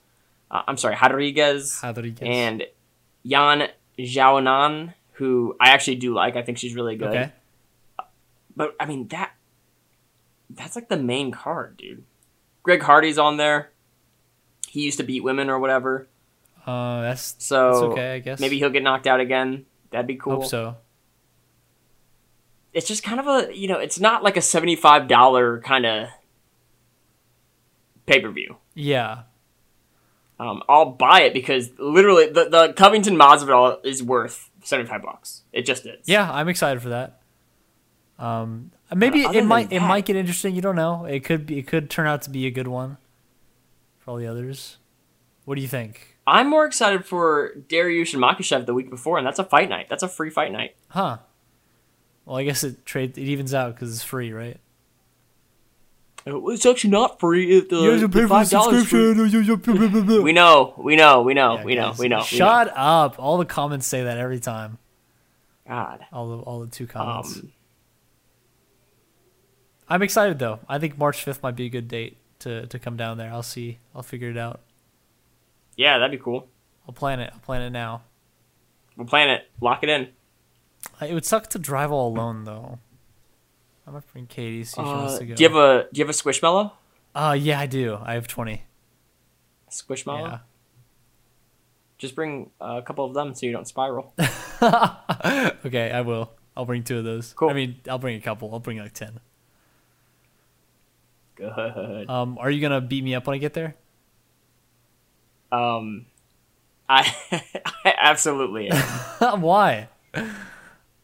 Speaker 2: Uh, I'm sorry, Rodriguez.
Speaker 1: Rodriguez.
Speaker 2: and Yan Xiaonan, who I actually do like. I think she's really good.
Speaker 1: Okay.
Speaker 2: But I mean that that's like the main card, dude. Greg Hardy's on there. He used to beat women or whatever.
Speaker 1: Uh, that's
Speaker 2: So
Speaker 1: that's okay, I guess.
Speaker 2: maybe he'll get knocked out again. That'd be cool.
Speaker 1: hope so.
Speaker 2: It's just kind of a you know, it's not like a seventy five dollar kind of pay per view.
Speaker 1: Yeah,
Speaker 2: Um, I'll buy it because literally the, the Covington Masvidal is worth seventy five bucks. It just is.
Speaker 1: yeah, I'm excited for that. Um, maybe
Speaker 2: other
Speaker 1: it
Speaker 2: than
Speaker 1: might it
Speaker 2: that-
Speaker 1: might get interesting. You don't know. It could be. It could turn out to be a good one. for all the others. What do you think?
Speaker 2: I'm more excited for Dariush and Makashev the week before, and that's a fight night. That's a free fight night.
Speaker 1: Huh? Well, I guess it trade it evens out because it's free, right?
Speaker 2: Uh, It's actually not free. If the, the Uh, five dollars. free. *laughs* We know, we know, we know,
Speaker 1: Yeah,
Speaker 2: we know,
Speaker 1: guys,
Speaker 2: we know. we know.
Speaker 1: Shut up! All the comments say that every time.
Speaker 2: God.
Speaker 1: All the all the two comments.
Speaker 2: Um,
Speaker 1: I'm excited though. I think March 5th might be a good date to to come down there. I'll see. I'll figure it out.
Speaker 2: yeah, that'd be cool.
Speaker 1: I'll plan it. I'll plan it now.
Speaker 2: We'll plan it. Lock it in.
Speaker 1: Uh, It would suck to drive all alone though. I'm gonna bring Katie. See if she
Speaker 2: Uh,
Speaker 1: wants to
Speaker 2: do
Speaker 1: go.
Speaker 2: you have a Do you have a squishmallow?
Speaker 1: uh, yeah, I do. I have 20.
Speaker 2: Squishmallow.
Speaker 1: Yeah.
Speaker 2: Just bring uh, a couple of them so you
Speaker 1: *laughs*
Speaker 2: don't spiral.
Speaker 1: Okay, I will. I'll bring two of those.
Speaker 2: Cool.
Speaker 1: I mean, I'll bring a couple. I'll bring like 10.
Speaker 2: Good.
Speaker 1: Um, are you gonna beat me up when I get there? *laughs*
Speaker 2: Um, I, *laughs* I absolutely. am.
Speaker 1: Why?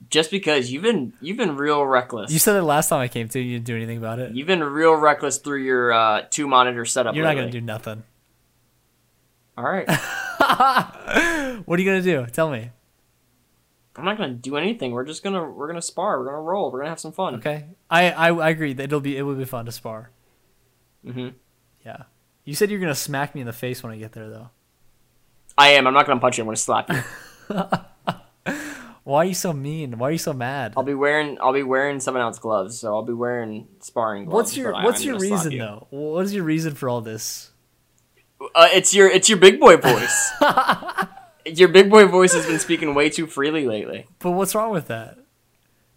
Speaker 2: Just because you've been you've been real reckless.
Speaker 1: You said it last time I came too. You didn't do anything about it.
Speaker 2: You've been real reckless through your uh, two monitor setup.
Speaker 1: You're not gonna
Speaker 2: lately.
Speaker 1: do nothing. *laughs*
Speaker 2: All right.
Speaker 1: What are you gonna do? Tell me.
Speaker 2: I'm not gonna do anything. We're just gonna we're gonna spar. We're gonna roll. We're gonna have some fun.
Speaker 1: Okay. I, I I agree that it'll be it will be fun to spar.
Speaker 2: hmm
Speaker 1: Yeah. You said you're gonna smack me in the face when I get there though.
Speaker 2: I am. I'm not gonna punch you. I'm gonna slap you.
Speaker 1: Why are you so mean? Why are you so mad?
Speaker 2: I'll be wearing I'll be wearing someone else's gloves. So I'll be wearing sparring gloves.
Speaker 1: what's your
Speaker 2: but I-
Speaker 1: what's
Speaker 2: I'm
Speaker 1: your
Speaker 2: gonna slap
Speaker 1: reason
Speaker 2: you.
Speaker 1: though? What is your reason for all this?
Speaker 2: Uh, it's your it's your big
Speaker 1: *laughs*
Speaker 2: boy voice. your big boy voice has been speaking way too freely lately.
Speaker 1: But what's wrong with that?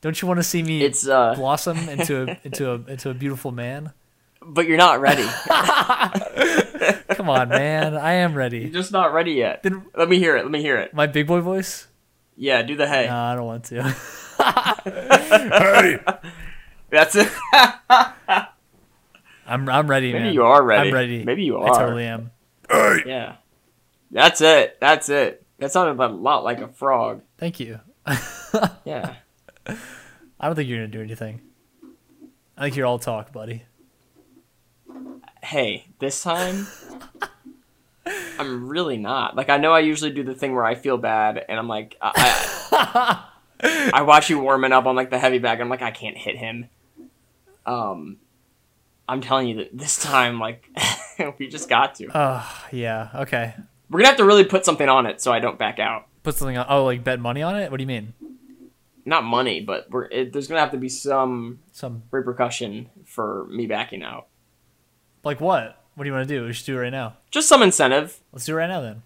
Speaker 1: Don't you want to see me
Speaker 2: It's uh, *laughs*
Speaker 1: blossom into a into a into a beautiful man?
Speaker 2: but you're
Speaker 1: *laughs*
Speaker 2: not ready.
Speaker 1: Come on, man. I am
Speaker 2: You're
Speaker 1: ready.
Speaker 2: just not ready yet.
Speaker 1: Then-
Speaker 2: Let me hear it. Let me hear it.
Speaker 1: My big boy voice?
Speaker 2: Yeah, do the hey.
Speaker 1: No, I don't want
Speaker 2: *laughs*
Speaker 1: to. *laughs*
Speaker 2: That's it.
Speaker 1: I'm I'm ready,
Speaker 2: Maybe
Speaker 1: man.
Speaker 2: you are ready.
Speaker 1: I'm ready.
Speaker 2: Maybe you
Speaker 1: I
Speaker 2: are.
Speaker 1: totally am.
Speaker 2: yeah. That's it. That's it. That sounded a lot like a frog.
Speaker 1: Thank you.
Speaker 2: Yeah.
Speaker 1: I don't think you're gonna do anything. I think you're all talk, buddy.
Speaker 2: hey, this time I'm really not. Like I know I usually do the thing where I feel bad and I'm like I I, I watch you warming up on like the heavy bag. I'm like I can't hit him. Um I'm telling you that this time like *laughs* we just got to.
Speaker 1: Uh yeah, okay.
Speaker 2: We're going to have to really put something on it so I don't back out.
Speaker 1: Put something on oh like bet money on it? What do you mean?
Speaker 2: Not money, but we're it, there's going to have to be some
Speaker 1: Some
Speaker 2: repercussion for me backing out.
Speaker 1: like what? What do you want to do? We should do it right now.
Speaker 2: Just some incentive.
Speaker 1: Let's do it right now then.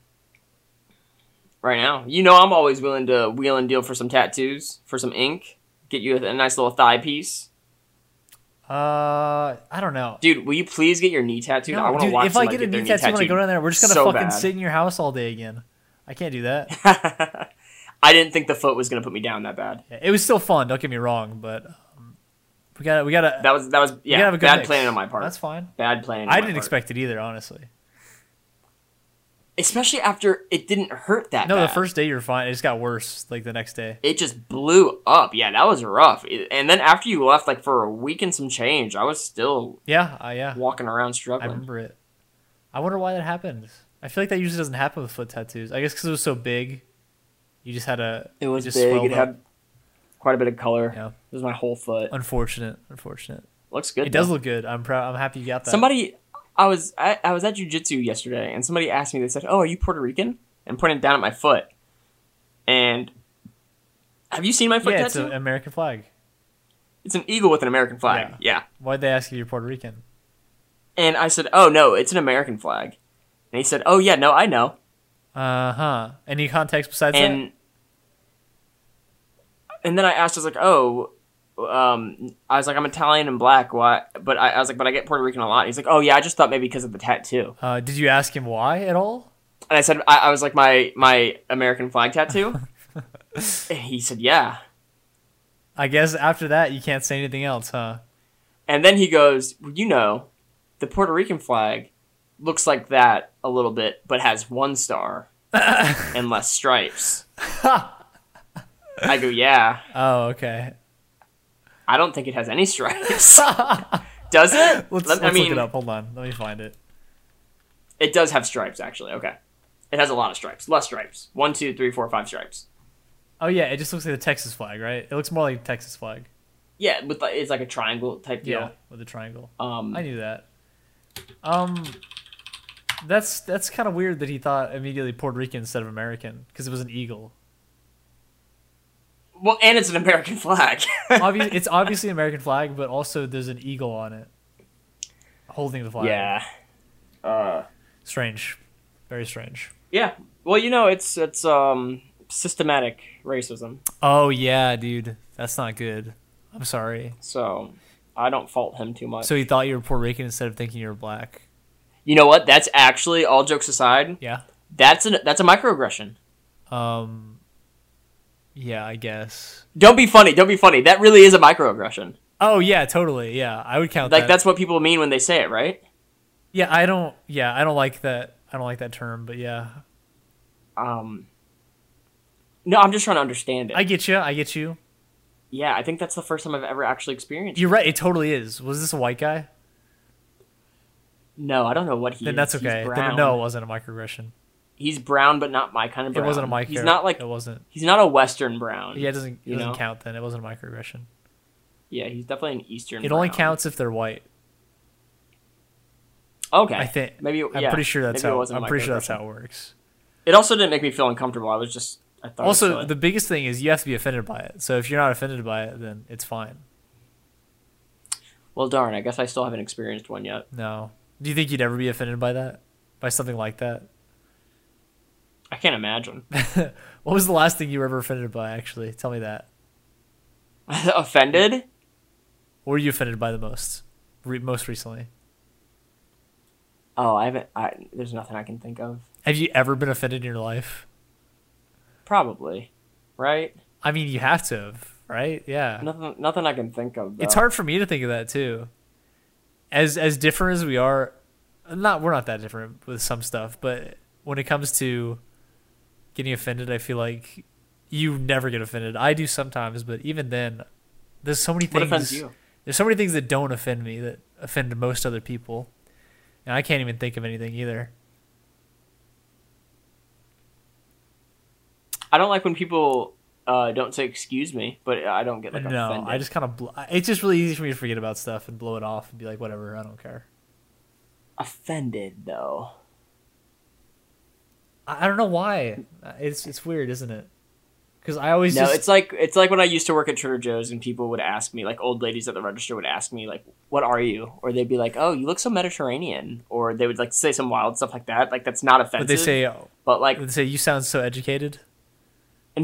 Speaker 2: right now. You know, I'm always willing to wheel and deal for some tattoos, for some ink, get you a, a nice little thigh piece.
Speaker 1: Uh I don't know.
Speaker 2: Dude, will you please get your knee tattooed? I
Speaker 1: no,
Speaker 2: want to
Speaker 1: dude,
Speaker 2: watch
Speaker 1: if I
Speaker 2: somebody
Speaker 1: get a
Speaker 2: their
Speaker 1: knee tattoo when I go down there, we're just gonna
Speaker 2: so
Speaker 1: fucking
Speaker 2: bad.
Speaker 1: sit in your house all day again. I can't do that.
Speaker 2: tattooed. *laughs* I didn't think the foot was gonna put me down that bad.
Speaker 1: Yeah, it was still fun, don't get me wrong, but um, we gotta we gotta
Speaker 2: That was that was
Speaker 1: we gotta
Speaker 2: yeah
Speaker 1: have a good
Speaker 2: bad
Speaker 1: mix.
Speaker 2: planning on my part.
Speaker 1: That's fine.
Speaker 2: bad planning. on
Speaker 1: I
Speaker 2: my
Speaker 1: didn't
Speaker 2: part.
Speaker 1: expect it either, honestly.
Speaker 2: especially after it didn't hurt that.
Speaker 1: No, the
Speaker 2: bad.
Speaker 1: first day you're fine. It just got worse like the next day.
Speaker 2: it just blew up. Yeah, that was rough. It- and then after you left, like for a week and some change, I was still
Speaker 1: Yeah, uh, yeah.
Speaker 2: walking around
Speaker 1: I
Speaker 2: struggling.
Speaker 1: remember it. I wonder why that happened. I feel like that usually doesn't happen with foot tattoos. I guess because it was so big, you just had a.
Speaker 2: it was
Speaker 1: just
Speaker 2: big.
Speaker 1: swelled
Speaker 2: It
Speaker 1: up.
Speaker 2: had quite a bit of color.
Speaker 1: Yeah.
Speaker 2: It was my whole foot.
Speaker 1: Unfortunate, unfortunate.
Speaker 2: Looks good.
Speaker 1: It
Speaker 2: though.
Speaker 1: does look good. I'm proud. I'm happy you got that.
Speaker 2: Somebody, I was I, I was at jujitsu yesterday, and somebody asked me. They said, "Oh, are you Puerto Rican?" And pointed down at my foot. And have you seen my foot
Speaker 1: yeah, it's
Speaker 2: tattoo?
Speaker 1: an American flag.
Speaker 2: it's an eagle with an American flag.
Speaker 1: Yeah.
Speaker 2: Yeah.
Speaker 1: Why'd they ask if you're Puerto Rican?
Speaker 2: And I said, "Oh no, it's an American flag." And he said, "Oh yeah, no, I know."
Speaker 1: Uh huh. Any context besides
Speaker 2: and and then I asked, I was like, "Oh." Um, I was like, I'm Italian and black. Why? But I, I was like, but I get Puerto Rican a lot. He's like, oh yeah, I just thought maybe because of the tattoo.
Speaker 1: that? Uh, did you ask him why at all?
Speaker 2: And I said, I, I was like, my my American flag tattoo. and he said, yeah.
Speaker 1: I guess after that you can't say anything else, huh?
Speaker 2: And then he goes, well, you know, the Puerto Rican flag looks like that a little bit, but has one star and less stripes. I go, yeah.
Speaker 1: Oh, okay. *laughs*
Speaker 2: I don't think it has any stripes. Does it?
Speaker 1: *laughs* Let's,
Speaker 2: Let-
Speaker 1: let's look it up. Hold on. Let me find it.
Speaker 2: It does have stripes, actually. Okay. It has a lot of stripes. Less stripes. One, two, three, four, five stripes.
Speaker 1: Oh yeah, it just looks like the Texas flag, right? It looks more like a Texas flag.
Speaker 2: Yeah, with like, it's like a triangle type deal.
Speaker 1: Yeah, with a triangle.
Speaker 2: Um,
Speaker 1: I knew that. Um, that's that's kind of weird that he thought immediately Puerto Rican instead of American because it was an eagle.
Speaker 2: well, and it's an American flag.
Speaker 1: Obvi- it's *laughs* obviously an American flag, but also there's an eagle on it, holding the flag.
Speaker 2: *laughs* yeah. Uh,
Speaker 1: strange, very strange.
Speaker 2: yeah. Well, you know, it's it's um systematic racism.
Speaker 1: Oh yeah, dude, that's not good. I'm sorry.
Speaker 2: So I don't fault him too much.
Speaker 1: So he thought you were Puerto Rican instead of thinking you were black.
Speaker 2: you know what? That's actually all jokes aside.
Speaker 1: Yeah.
Speaker 2: That's an that's a microaggression.
Speaker 1: Um. Yeah, I guess.
Speaker 2: Don't be funny. Don't be funny. That really is a microaggression.
Speaker 1: Oh yeah, totally. Yeah, I would count
Speaker 2: Like
Speaker 1: that.
Speaker 2: that's what people mean when they say it, right?
Speaker 1: Yeah, I don't. Yeah, I don't like that. I don't like that term, but yeah,
Speaker 2: Um. No, I'm just trying to understand it.
Speaker 1: I get you. I get you.
Speaker 2: yeah, I think that's the first time I've ever actually experienced.
Speaker 1: You're right. It totally is. Was this a white guy?
Speaker 2: no, I don't know what he.
Speaker 1: Then
Speaker 2: is.
Speaker 1: that's
Speaker 2: He's
Speaker 1: okay. Then
Speaker 2: brown.
Speaker 1: no, it wasn't a microaggression.
Speaker 2: he's brown, but not my kind of
Speaker 1: It
Speaker 2: brown.
Speaker 1: wasn't a micro.
Speaker 2: He's not like
Speaker 1: it wasn't.
Speaker 2: he's not a Western brown.
Speaker 1: Yeah, it doesn't. It
Speaker 2: you
Speaker 1: doesn't
Speaker 2: know?
Speaker 1: count. Then it wasn't a microaggression.
Speaker 2: Yeah, he's definitely an Eastern.
Speaker 1: It only
Speaker 2: brown.
Speaker 1: counts if they're white.
Speaker 2: Okay,
Speaker 1: I think.
Speaker 2: maybe.
Speaker 1: I'm
Speaker 2: yeah,
Speaker 1: pretty sure that's
Speaker 2: maybe it
Speaker 1: how.
Speaker 2: wasn't
Speaker 1: I'm pretty sure that's
Speaker 2: microaggression.
Speaker 1: how it works.
Speaker 2: It also didn't make me feel uncomfortable. I was just. I thought it was
Speaker 1: Also,
Speaker 2: silly.
Speaker 1: the biggest thing is you have to be offended by it. So if you're not offended by it, then it's fine.
Speaker 2: well, darn. I guess I still haven't experienced one yet.
Speaker 1: No. Do you think you'd ever be offended by that? By something like that? *laughs*
Speaker 2: I can't imagine. *laughs*
Speaker 1: What was the last thing you were ever offended by? Actually, tell me that.
Speaker 2: Offended?
Speaker 1: What were you offended by the most? Re- most recently,
Speaker 2: Oh, I haven't. I, there's nothing I can think of.
Speaker 1: have you ever been offended in your life?
Speaker 2: Probably, right?
Speaker 1: I mean, you have to have, right? Yeah.
Speaker 2: Nothing. Nothing I can think of.
Speaker 1: It's
Speaker 2: though.
Speaker 1: hard for me to think of that too. As as different as we are, not we're not that different with some stuff, but when it comes to getting offended, I feel like you never get offended. I do sometimes, but even then, there's so many
Speaker 2: What
Speaker 1: things.
Speaker 2: offends you?
Speaker 1: There's so many things that don't offend me that offend most other people, and I can't even think of anything either.
Speaker 2: I don't like when people uh, don't say "excuse me," but I don't get like
Speaker 1: no,
Speaker 2: offended.
Speaker 1: I just kind of bl- it's just really easy for me to forget about stuff and blow it off and be like, whatever, I don't care.
Speaker 2: offended though.
Speaker 1: I, I don't know why. Uh, It's it's weird, isn't it? Because I always
Speaker 2: no,
Speaker 1: just,
Speaker 2: it's like it's like when I used to work at Trader Joe's and people would ask me, like old ladies at the register would ask me, like, "What are you?" Or they'd be like, "Oh, you look so Mediterranean," or they would like say some wild stuff like that. Like that's not offensive.
Speaker 1: But they say uh, *laughs*
Speaker 2: but like *laughs*
Speaker 1: they say you sound so educated.
Speaker 2: even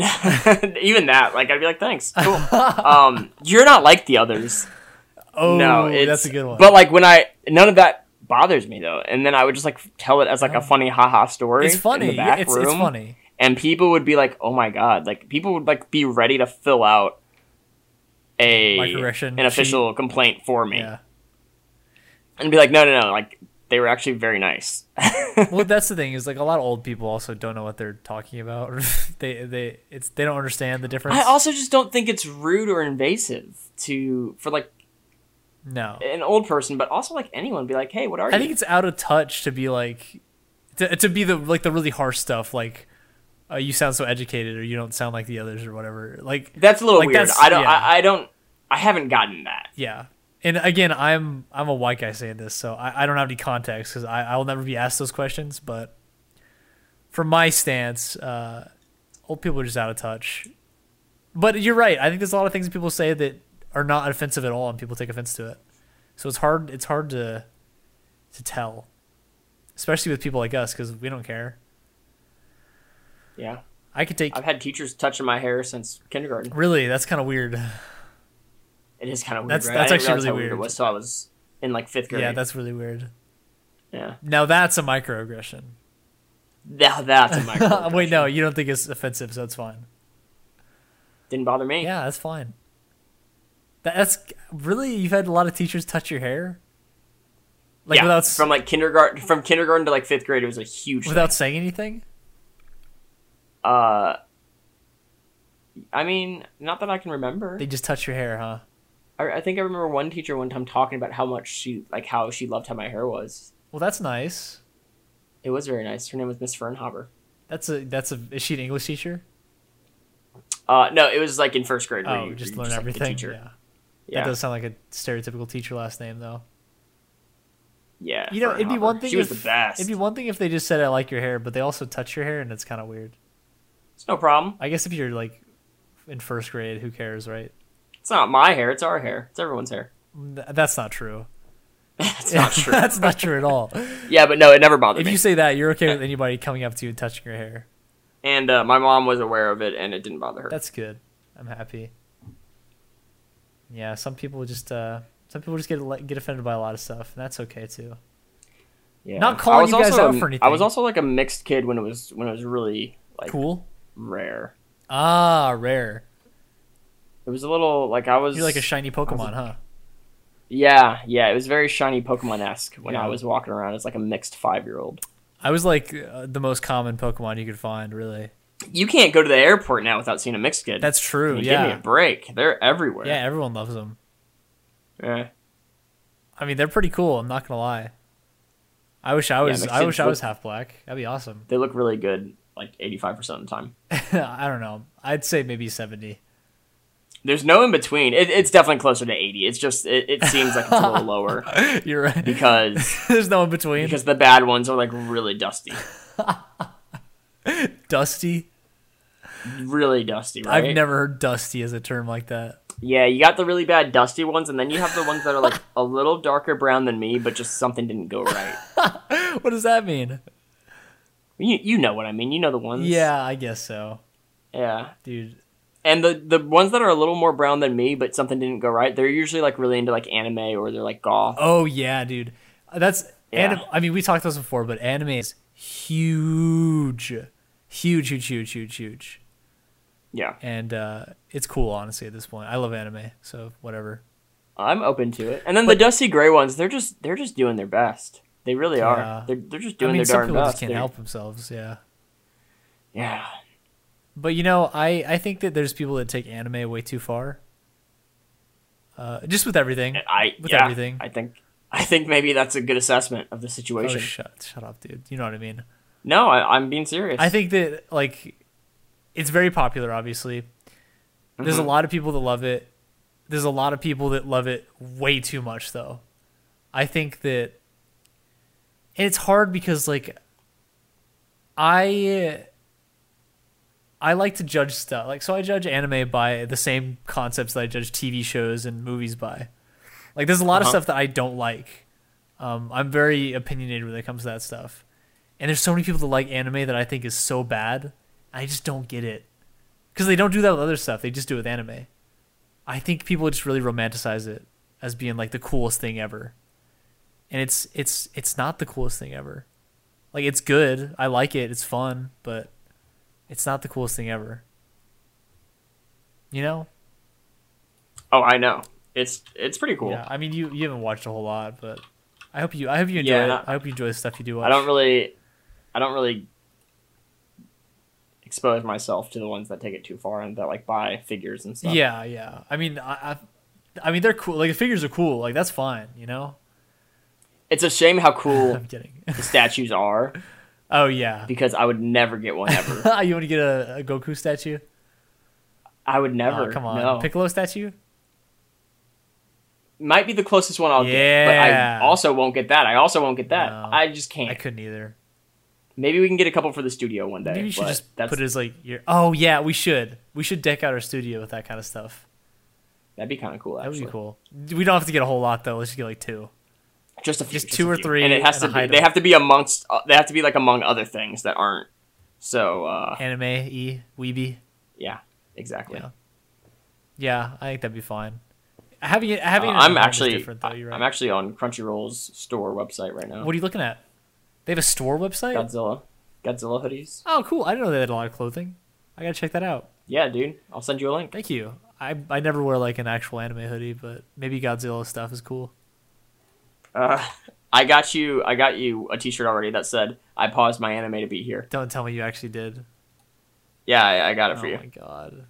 Speaker 2: that, like I'd be like, "Thanks,
Speaker 1: *laughs*
Speaker 2: cool." um, you're not like the others.
Speaker 1: Oh,
Speaker 2: no, it's,
Speaker 1: that's a good one.
Speaker 2: But like when I none of that bothers me though, and then I would just like tell it as like a funny haha story.
Speaker 1: Oh. it's
Speaker 2: In
Speaker 1: funny.
Speaker 2: the back
Speaker 1: It's,
Speaker 2: room,
Speaker 1: it's funny.
Speaker 2: And people would be like, "Oh my god!" Like people would like be ready to fill out a
Speaker 1: Microaggression
Speaker 2: an official complaint for me,
Speaker 1: Yeah.
Speaker 2: and be like, "No, no, no!" Like they were actually very nice. *laughs*
Speaker 1: well, that's the thing is like a lot of old people also don't know what they're talking about. *laughs* Or they they it's they don't understand the difference.
Speaker 2: I also just don't think it's rude or invasive to for like
Speaker 1: no.
Speaker 2: an old person, but also like anyone, be like, "Hey, what are
Speaker 1: I
Speaker 2: you?"
Speaker 1: think it's out of touch to be like to, to be the like the really harsh stuff like uh, you sound so educated or you don't sound like the others or whatever. Like
Speaker 2: that's a little
Speaker 1: like,
Speaker 2: weird.
Speaker 1: that's-
Speaker 2: I don't.
Speaker 1: yeah.
Speaker 2: I, I don't. I haven't gotten that.
Speaker 1: yeah. And again, I'm I'm a white guy saying this, so I, I don't have any context because I I'll never be asked those questions. But from my stance, uh, old people are just out of touch. But you're right. I think there's a lot of things that people say that are not offensive at all, and people take offense to it. So it's hard it's hard to to tell, especially with people like us because we don't care.
Speaker 2: Yeah.
Speaker 1: I could take
Speaker 2: I've had teachers touching my hair since kindergarten.
Speaker 1: really. That's kind of weird.
Speaker 2: It is kind of weird.
Speaker 1: That's-
Speaker 2: right?
Speaker 1: that's
Speaker 2: I didn't
Speaker 1: actually
Speaker 2: realize how
Speaker 1: really
Speaker 2: It
Speaker 1: weird.
Speaker 2: was so I was in like fifth grade.
Speaker 1: Yeah, that's really weird.
Speaker 2: yeah.
Speaker 1: Now that's a microaggression. *laughs*
Speaker 2: Now that's a micro.
Speaker 1: Wait, no, you don't think it's offensive, so it's fine.
Speaker 2: didn't bother me.
Speaker 1: Yeah, that's fine. That, that's really you've had a lot of teachers touch your hair, like
Speaker 2: Yeah,
Speaker 1: without s-
Speaker 2: from like kindergarten from kindergarten to like fifth grade, it was a huge. thing.
Speaker 1: without saying anything.
Speaker 2: Uh, I mean, not that I can remember.
Speaker 1: They just touch your hair, huh?
Speaker 2: I, I think I remember one teacher one time talking about how much she like how she loved how my hair was.
Speaker 1: Well, that's nice.
Speaker 2: It was very nice. Her name was Miss Fernhaber.
Speaker 1: That's a that's a is she an English teacher?
Speaker 2: Uh, no, it was like in first grade. where
Speaker 1: Oh,
Speaker 2: you-
Speaker 1: just
Speaker 2: you're
Speaker 1: learn
Speaker 2: like, the
Speaker 1: everything.
Speaker 2: teacher.
Speaker 1: yeah.
Speaker 2: Yeah,
Speaker 1: That does sound like a stereotypical teacher last name though.
Speaker 2: yeah.
Speaker 1: You know, it'd be
Speaker 2: Fernhaber.
Speaker 1: one thing
Speaker 2: She was
Speaker 1: if
Speaker 2: the best.
Speaker 1: it'd be one thing if they just said I like your hair, but they also touch your hair and it's kind of weird.
Speaker 2: It's no problem.
Speaker 1: I guess if you're like in first grade, who cares, right?
Speaker 2: It's not my hair. It's our hair. It's everyone's hair. *laughs*
Speaker 1: Th- That's not true. *laughs*
Speaker 2: That's not true.
Speaker 1: That's not true at all. *laughs*
Speaker 2: Yeah, but no, it never bothered
Speaker 1: if
Speaker 2: me.
Speaker 1: you say that, you're okay with anybody coming up to you and touching your hair.
Speaker 2: and uh, my mom was aware of it, and it didn't bother her.
Speaker 1: That's good. I'm happy. Yeah, some people just uh, some people just get le- get offended by a lot of stuff, and that's okay too.
Speaker 2: yeah.
Speaker 1: not calling
Speaker 2: I was
Speaker 1: you guys
Speaker 2: also
Speaker 1: out
Speaker 2: a-
Speaker 1: for
Speaker 2: I
Speaker 1: anything.
Speaker 2: was also like a mixed kid when it was when it was really like
Speaker 1: Cool.
Speaker 2: rare.
Speaker 1: Ah, rare.
Speaker 2: It was a little like I was
Speaker 1: You're like a shiny Pokemon, huh?
Speaker 2: yeah yeah. It was very shiny Pokemon esque when
Speaker 1: Yeah.
Speaker 2: I was walking around. It's like a mixed five year old.
Speaker 1: I was like uh, the most common Pokemon you could find, really.
Speaker 2: You can't go to the airport now without seeing a mixed kid.
Speaker 1: That's
Speaker 2: I
Speaker 1: true.
Speaker 2: mean, Give me
Speaker 1: yeah.
Speaker 2: a break. They're everywhere.
Speaker 1: Yeah, everyone loves them.
Speaker 2: Yeah.
Speaker 1: I mean, they're pretty cool. I'm not gonna lie. I wish I was.
Speaker 2: mixed
Speaker 1: I
Speaker 2: kids
Speaker 1: wish I
Speaker 2: look-
Speaker 1: was half black. That'd be awesome. *laughs*
Speaker 2: They look really good like 85% of the time.
Speaker 1: I don't know. I'd say maybe seventy. *laughs*
Speaker 2: There's no in between. It, it's definitely closer to 80. It's just, it, it seems like it's a
Speaker 1: *laughs*
Speaker 2: little lower
Speaker 1: You're right.
Speaker 2: because
Speaker 1: *laughs* There's no in between.
Speaker 2: because the bad ones are like really dusty.
Speaker 1: Dusty.
Speaker 2: Really dusty, right?
Speaker 1: I've never heard dusty as a term like that.
Speaker 2: Yeah, you got the really bad dusty ones, and then you have the ones that are like a little darker brown than me, but just something didn't go right.
Speaker 1: What does that mean?
Speaker 2: You, you know what I mean. You know the ones.
Speaker 1: Yeah, I guess so,
Speaker 2: Yeah.
Speaker 1: dude.
Speaker 2: And the, the ones that are a little more brown than me, but something didn't go right, they're usually like really into like anime or they're like goth.
Speaker 1: Oh yeah, dude. That's
Speaker 2: Yeah.
Speaker 1: anim- I mean, we talked about this before, but anime is huge, huge, huge, huge, huge, huge,
Speaker 2: Yeah.
Speaker 1: and uh, it's cool. Honestly, at this point, I love anime, so whatever.
Speaker 2: I'm open to it. And then the dusty gray ones, they're just they're just doing their best. They really
Speaker 1: Yeah.
Speaker 2: are. They're, they're just doing
Speaker 1: I mean,
Speaker 2: their
Speaker 1: some
Speaker 2: darn
Speaker 1: people
Speaker 2: best.
Speaker 1: just can't
Speaker 2: They're-
Speaker 1: help themselves. Yeah.
Speaker 2: Yeah.
Speaker 1: But you know, I, I think that there's people that take anime way too far. Uh, just with everything.
Speaker 2: I
Speaker 1: With
Speaker 2: yeah,
Speaker 1: everything.
Speaker 2: I think I think maybe that's a good assessment of the
Speaker 1: Oh,
Speaker 2: situation.
Speaker 1: shut shut up, dude. You know what I mean.
Speaker 2: no, I, I'm being serious.
Speaker 1: I think that like it's very popular. Obviously, there's
Speaker 2: Mm-hmm.
Speaker 1: a lot of people that love it. There's a lot of people that love it way too much, though. I think that, and it's hard because like I I like to judge stuff. Like so, I judge anime by the same concepts that I judge TV shows and movies by. Like there's a lot of
Speaker 2: Uh-huh.
Speaker 1: stuff that I don't like. Um, I'm very opinionated when it comes to that stuff. And there's so many people that like anime that I think is so bad. I just don't get it. Because they don't do that with other stuff. They just do it with anime. I think people just really romanticize it as being like the coolest thing ever. And it's it's it's not the coolest thing ever. Like it's good. I like it. It's fun, but it's not the coolest thing ever. You know?
Speaker 2: oh, I know. It's it's pretty cool.
Speaker 1: Yeah. I mean you you haven't watched a whole lot, but I hope you I hope you enjoy
Speaker 2: Yeah,
Speaker 1: it.
Speaker 2: and I-
Speaker 1: I hope you enjoy the stuff you do watch.
Speaker 2: I don't really I don't really expose myself to the ones that take it too far and that like buy figures and stuff.
Speaker 1: Yeah, yeah. I mean, I, I, I mean, they're cool. Like the figures are cool. Like that's fine. You know.
Speaker 2: It's a shame how
Speaker 1: *laughs*
Speaker 2: cool
Speaker 1: I'm kidding.
Speaker 2: the statues are
Speaker 1: Oh yeah.
Speaker 2: because I would never get one ever.
Speaker 1: *laughs* you want to get a, a Goku statue?
Speaker 2: I would never.
Speaker 1: *laughs* Oh, come on,
Speaker 2: No.
Speaker 1: Piccolo statue.
Speaker 2: might be the closest one I'll
Speaker 1: Yeah.
Speaker 2: get. But I also won't get that. I also won't get that.
Speaker 1: No.
Speaker 2: I just can't.
Speaker 1: I couldn't either.
Speaker 2: Maybe we can get a couple for the studio one day.
Speaker 1: Maybe you should
Speaker 2: but
Speaker 1: just
Speaker 2: that's,
Speaker 1: put it as like your. Oh yeah, we should. We should deck out our studio with that kind of stuff.
Speaker 2: That'd be kind of cool.
Speaker 1: That
Speaker 2: Actually,
Speaker 1: would be cool. We don't have to get a whole lot though. Let's just get like two.
Speaker 2: Just a few,
Speaker 1: Just two
Speaker 2: a
Speaker 1: or
Speaker 2: few.
Speaker 1: three
Speaker 2: and it has
Speaker 1: and a
Speaker 2: to. Be,
Speaker 1: hideout.
Speaker 2: they have to be amongst. Uh, they have to be like among other things that aren't. So uh,
Speaker 1: Anime e weeby.
Speaker 2: yeah, exactly. Uh,
Speaker 1: Yeah. Yeah, I think that'd be fine. Having it, having
Speaker 2: Uh,
Speaker 1: it at home
Speaker 2: I'm
Speaker 1: is
Speaker 2: actually.
Speaker 1: different though. You're right.
Speaker 2: I'm actually on Crunchyroll's store website right now.
Speaker 1: what are you looking at? They have a store website.
Speaker 2: Godzilla, Godzilla hoodies.
Speaker 1: Oh, cool. I didn't know they had a lot of clothing. I gotta check that out.
Speaker 2: Yeah, dude. I'll send you a link.
Speaker 1: Thank you. I, I never wear like an actual anime hoodie, but maybe Godzilla stuff is cool.
Speaker 2: Uh, *laughs* I got you. I got you a T-shirt already that said, "I paused my anime to be here."
Speaker 1: Don't tell me you actually did.
Speaker 2: Yeah, I, I got it
Speaker 1: Oh
Speaker 2: for you.
Speaker 1: my god.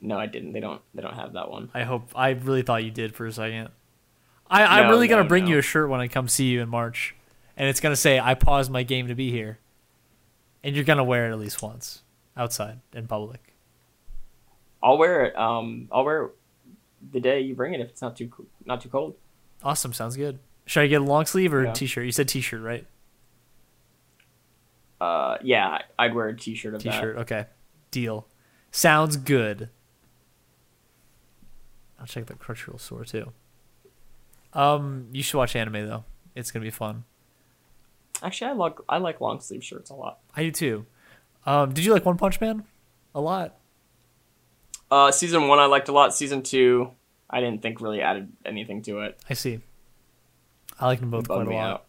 Speaker 2: No, I didn't. They don't. They don't have that one.
Speaker 1: I hope I really thought you did for a second. I, I'm
Speaker 2: No,
Speaker 1: really gonna
Speaker 2: no,
Speaker 1: bring
Speaker 2: no.
Speaker 1: you a shirt when I come see you in March. and it's gonna say I paused my game to be here, and you're gonna wear it at least once outside in public.
Speaker 2: I'll wear it. Um, I'll wear it the day you bring it if it's not too co- not too cold.
Speaker 1: Awesome, sounds good. Should I get a long sleeve or
Speaker 2: Yeah.
Speaker 1: a t-shirt? You said t-shirt, right?
Speaker 2: Uh, yeah, I'd wear a t-shirt of that.
Speaker 1: T-shirt. Okay, deal. Sounds good. I'll check the Crunchyroll store too. Um, you should watch anime though. It's gonna be fun.
Speaker 2: Actually, I like I like long sleeve shirts a lot.
Speaker 1: I do too. Um, did you like One Punch Man? A lot.
Speaker 2: Uh, season one I liked a lot. Season two, I didn't think really added anything to it.
Speaker 1: I see. I like them both
Speaker 2: Bummed
Speaker 1: quite a
Speaker 2: me
Speaker 1: lot.
Speaker 2: out.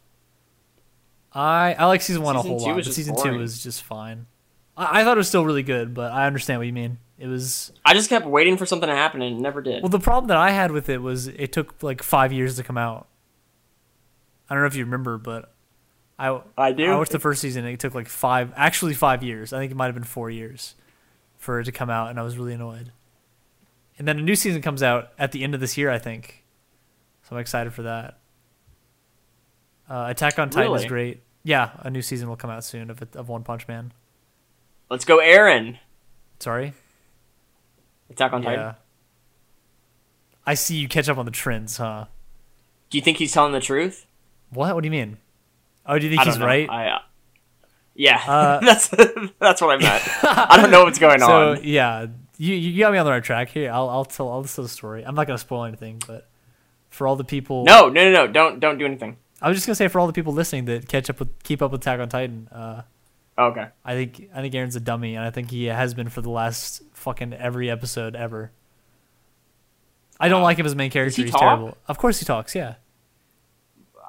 Speaker 1: I I like season one
Speaker 2: Season
Speaker 1: a
Speaker 2: two
Speaker 1: whole lot.
Speaker 2: was
Speaker 1: But
Speaker 2: just
Speaker 1: season two
Speaker 2: boring.
Speaker 1: was just fine. I, I thought it was still really good, but I understand what you mean. It was
Speaker 2: I just kept waiting for something to happen and it never did.
Speaker 1: well. The problem that I had with it was it took like five years to come out. I don't know if you remember, but I
Speaker 2: I do.
Speaker 1: I watched the first season. and It took like five, actually five years. I think it might have been four years for it to come out, and I was really annoyed. And then a new season comes out at the end of this year, I think. So I'm excited for that. Uh, Attack on Titan
Speaker 2: Really?
Speaker 1: is great. Yeah, a new season will come out soon of of One Punch Man.
Speaker 2: Let's go, Aaron.
Speaker 1: Sorry.
Speaker 2: Attack on Titan.
Speaker 1: Yeah. I see you catch up on the trends, huh?
Speaker 2: Do you think he's telling the truth?
Speaker 1: What? What do you mean? Oh, do you think
Speaker 2: I
Speaker 1: he's
Speaker 2: don't know.
Speaker 1: right?
Speaker 2: I, uh, yeah,
Speaker 1: Uh,
Speaker 2: *laughs* that's that's what I meant. I don't know what's
Speaker 1: *laughs*
Speaker 2: going
Speaker 1: so
Speaker 2: on.
Speaker 1: yeah, you you got me on the right track here. I'll I'll tell I'll tell the story. I'm not gonna spoil anything, but for all the people,
Speaker 2: No, no, no, no. Don't don't do anything.
Speaker 1: I was just gonna say for all the people listening that catch up with keep up with Attack on Titan. Uh,
Speaker 2: Oh, okay.
Speaker 1: I think I think Aaron's a dummy, and I think he has been for the last fucking every episode ever. I don't like him as main character.
Speaker 2: he
Speaker 1: He's
Speaker 2: talk?
Speaker 1: terrible. Of course he talks. Yeah.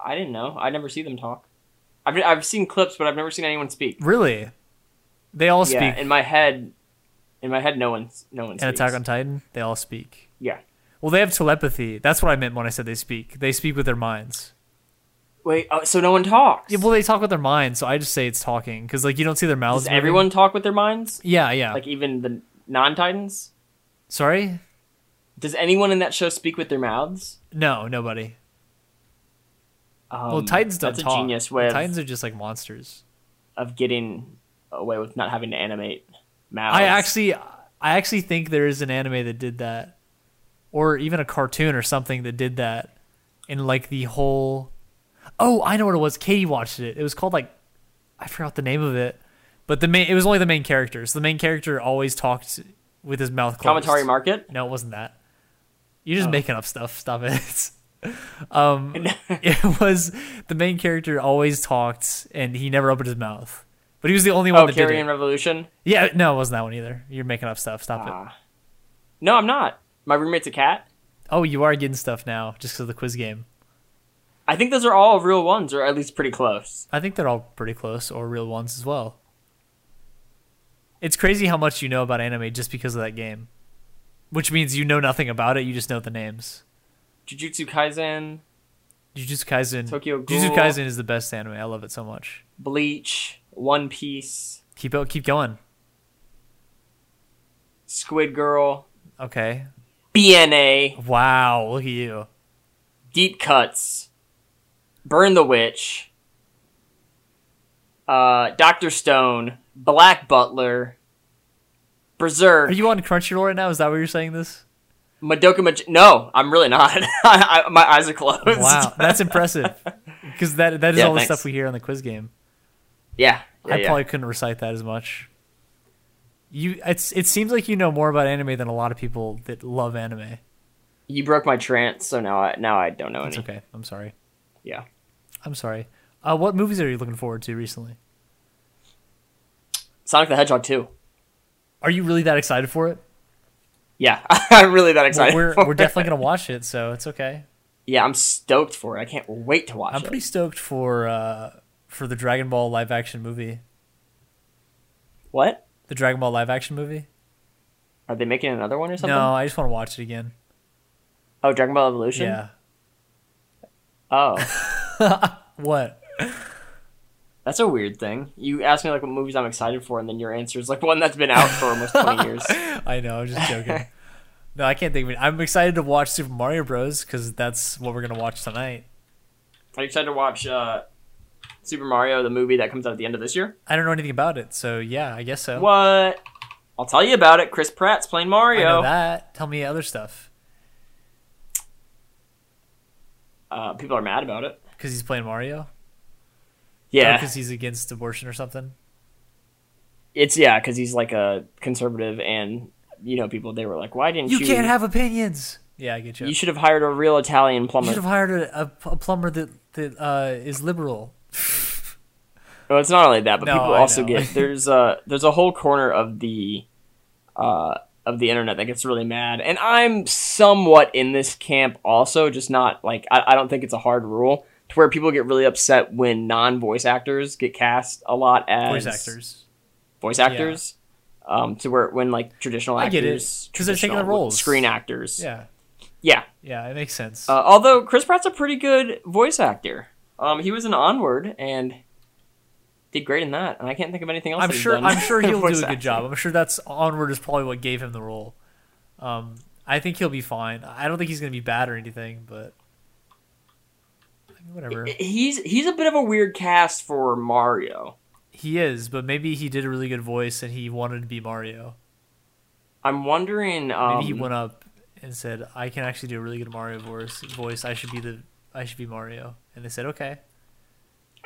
Speaker 2: I didn't know. I never see them talk. I've I've seen clips, but I've never seen anyone speak.
Speaker 1: Really? They all speak.
Speaker 2: Yeah, in my head, in my head, no one's no one's.
Speaker 1: and Attack on Titan, they all speak.
Speaker 2: Yeah.
Speaker 1: Well, they have telepathy. That's what I meant when I said they speak. They speak with their minds.
Speaker 2: Wait. Oh, so no one talks.
Speaker 1: Yeah, well, they talk with their minds, so I just say it's talking because like you don't see their mouths.
Speaker 2: Does
Speaker 1: moving.
Speaker 2: everyone talk with their minds?
Speaker 1: Yeah, yeah.
Speaker 2: Like even the non-titans?
Speaker 1: Sorry?
Speaker 2: Does anyone in that show speak with their mouths?
Speaker 1: No, nobody.
Speaker 2: Um,
Speaker 1: Well, Titans don't
Speaker 2: that's
Speaker 1: talk.
Speaker 2: a genius way of,
Speaker 1: Titans are just like monsters.
Speaker 2: of getting away with not having to animate mouths.
Speaker 1: I actually, I actually think there is an anime that did that, or even a cartoon or something that did that, in like the whole. Oh, I know what it was. Katie watched it. It was called like, I forgot the name of it, but the main. It was only the main character. So the main character always talked with his mouth closed.
Speaker 2: commentary market.
Speaker 1: No, it wasn't that. You're
Speaker 2: Oh.
Speaker 1: just making up stuff. Stop it. *laughs* um, *laughs* it was the main character always talked and he never opened his mouth, but he was the only one
Speaker 2: Oh,
Speaker 1: that did
Speaker 2: Carrion
Speaker 1: it.
Speaker 2: Revolution.
Speaker 1: Yeah, no, it wasn't that one either. You're making up stuff. Stop it.
Speaker 2: Ah. No, I'm not. My roommate's a cat.
Speaker 1: Oh, you are getting stuff now just because of the quiz game.
Speaker 2: I think those are all real ones, or at least pretty close.
Speaker 1: I think they're all pretty close or real ones as well. It's crazy how much you know about anime just because of that game, which means you know nothing about it. You just know the names.
Speaker 2: Jujutsu Kaisen,
Speaker 1: Jujutsu Kaisen.
Speaker 2: Tokyo
Speaker 1: Jujutsu
Speaker 2: Ghoul.
Speaker 1: Kaisen is the best anime. I love it so much.
Speaker 2: Bleach, One Piece,
Speaker 1: Keep o- keep going.
Speaker 2: Squid Girl,
Speaker 1: Okay.
Speaker 2: BNA,
Speaker 1: Wow, look at you.
Speaker 2: Deep Cuts, Burn the Witch, uh, Doctor Stone, Black Butler, Berserk,
Speaker 1: Are you on Crunchyroll right now? Is that why you're saying this?
Speaker 2: Madoka Maj- No, I'm really not. *laughs* I, I, my eyes are closed.
Speaker 1: Wow,
Speaker 2: *laughs*
Speaker 1: that's impressive. Because that that is
Speaker 2: Yeah,
Speaker 1: all the
Speaker 2: thanks.
Speaker 1: stuff we hear on the quiz game.
Speaker 2: yeah. yeah,
Speaker 1: I
Speaker 2: yeah.
Speaker 1: probably couldn't recite that as much. You, it's it seems like you know more about anime than a lot of people that love anime.
Speaker 2: You broke my trance, so now I now I don't know
Speaker 1: It's
Speaker 2: any.
Speaker 1: okay. I'm sorry.
Speaker 2: Yeah.
Speaker 1: I'm sorry. Uh, what movies are you looking forward to recently?
Speaker 2: Sonic the Hedgehog 2.
Speaker 1: Are you really that excited for it?
Speaker 2: Yeah, *laughs* I'm really that *laughs* excited.
Speaker 1: we're
Speaker 2: for
Speaker 1: we're
Speaker 2: it.
Speaker 1: definitely gonna watch it, so it's okay.
Speaker 2: Yeah, I'm stoked for it. I can't wait to watch
Speaker 1: I'm
Speaker 2: it.
Speaker 1: pretty stoked for uh, for the Dragon Ball live action movie.
Speaker 2: What?
Speaker 1: The Dragon Ball live action movie.
Speaker 2: Are they making another one or something?
Speaker 1: No, I just want to watch it again.
Speaker 2: Oh, Dragon Ball Evolution?
Speaker 1: Yeah.
Speaker 2: Oh,
Speaker 1: *laughs* What?
Speaker 2: that's a weird thing. You asked me like what movies I'm excited for, and then your answer is like one that's been out for almost
Speaker 1: *laughs*
Speaker 2: 20 years.
Speaker 1: I know. I'm just joking. no, I can't think of it. I'm excited to watch Super Mario Bros. because that's what we're gonna watch tonight.
Speaker 2: Are you excited to watch uh, Super Mario, the movie that comes out at the end of this year?
Speaker 1: I don't know anything about it, so yeah, I guess so.
Speaker 2: What? I'll tell you about it. Chris Pratt's playing
Speaker 1: I know
Speaker 2: Mario.
Speaker 1: that. Tell me other stuff
Speaker 2: Uh, people are mad about it.
Speaker 1: because he's playing Mario.
Speaker 2: Yeah,
Speaker 1: because he's against abortion or something.
Speaker 2: it's yeah because he's like a conservative, and you know people they were like, why didn't you?
Speaker 1: You can't have opinions. Yeah, I get you.
Speaker 2: You should have hired a real Italian
Speaker 1: You
Speaker 2: plumber.
Speaker 1: should have hired a, a, a plumber that that uh, is liberal.
Speaker 2: Well, it's not only that, but
Speaker 1: No,
Speaker 2: people
Speaker 1: I
Speaker 2: also
Speaker 1: know.
Speaker 2: get there's a there's a whole corner of the uh, of the internet that gets really mad, and I'm somewhat in this camp also, just not like I, I don't think it's a hard rule to where people get really upset when non voice actors get cast a lot as
Speaker 1: Voice actors.
Speaker 2: voice actors. Um, to where when like traditional
Speaker 1: I
Speaker 2: actors,
Speaker 1: get it, 'cause they're taking the
Speaker 2: traditional
Speaker 1: roles.
Speaker 2: screen actors.
Speaker 1: Yeah,
Speaker 2: yeah.
Speaker 1: yeah, it makes sense.
Speaker 2: Uh, although Chris Pratt's a pretty good voice actor. Um, he was in Onward and did great in that, and I can't think of anything else.
Speaker 1: I'm
Speaker 2: that he's
Speaker 1: sure.
Speaker 2: done
Speaker 1: I'm sure
Speaker 2: *laughs*
Speaker 1: he'll do
Speaker 2: voice
Speaker 1: a good
Speaker 2: acting.
Speaker 1: job. I'm sure that's onward is probably what gave him the role. Um, I think he'll be fine. I don't think he's gonna be bad or anything, but I mean, whatever
Speaker 2: He's he's a bit of a weird cast for Mario.
Speaker 1: he is. But maybe he did a really good voice and he wanted to be Mario.
Speaker 2: I'm wondering.
Speaker 1: Maybe
Speaker 2: Um,
Speaker 1: he went up and said, "I can actually do a really good Mario voice. Voice. I should be the. I should be Mario." And they said, "Okay."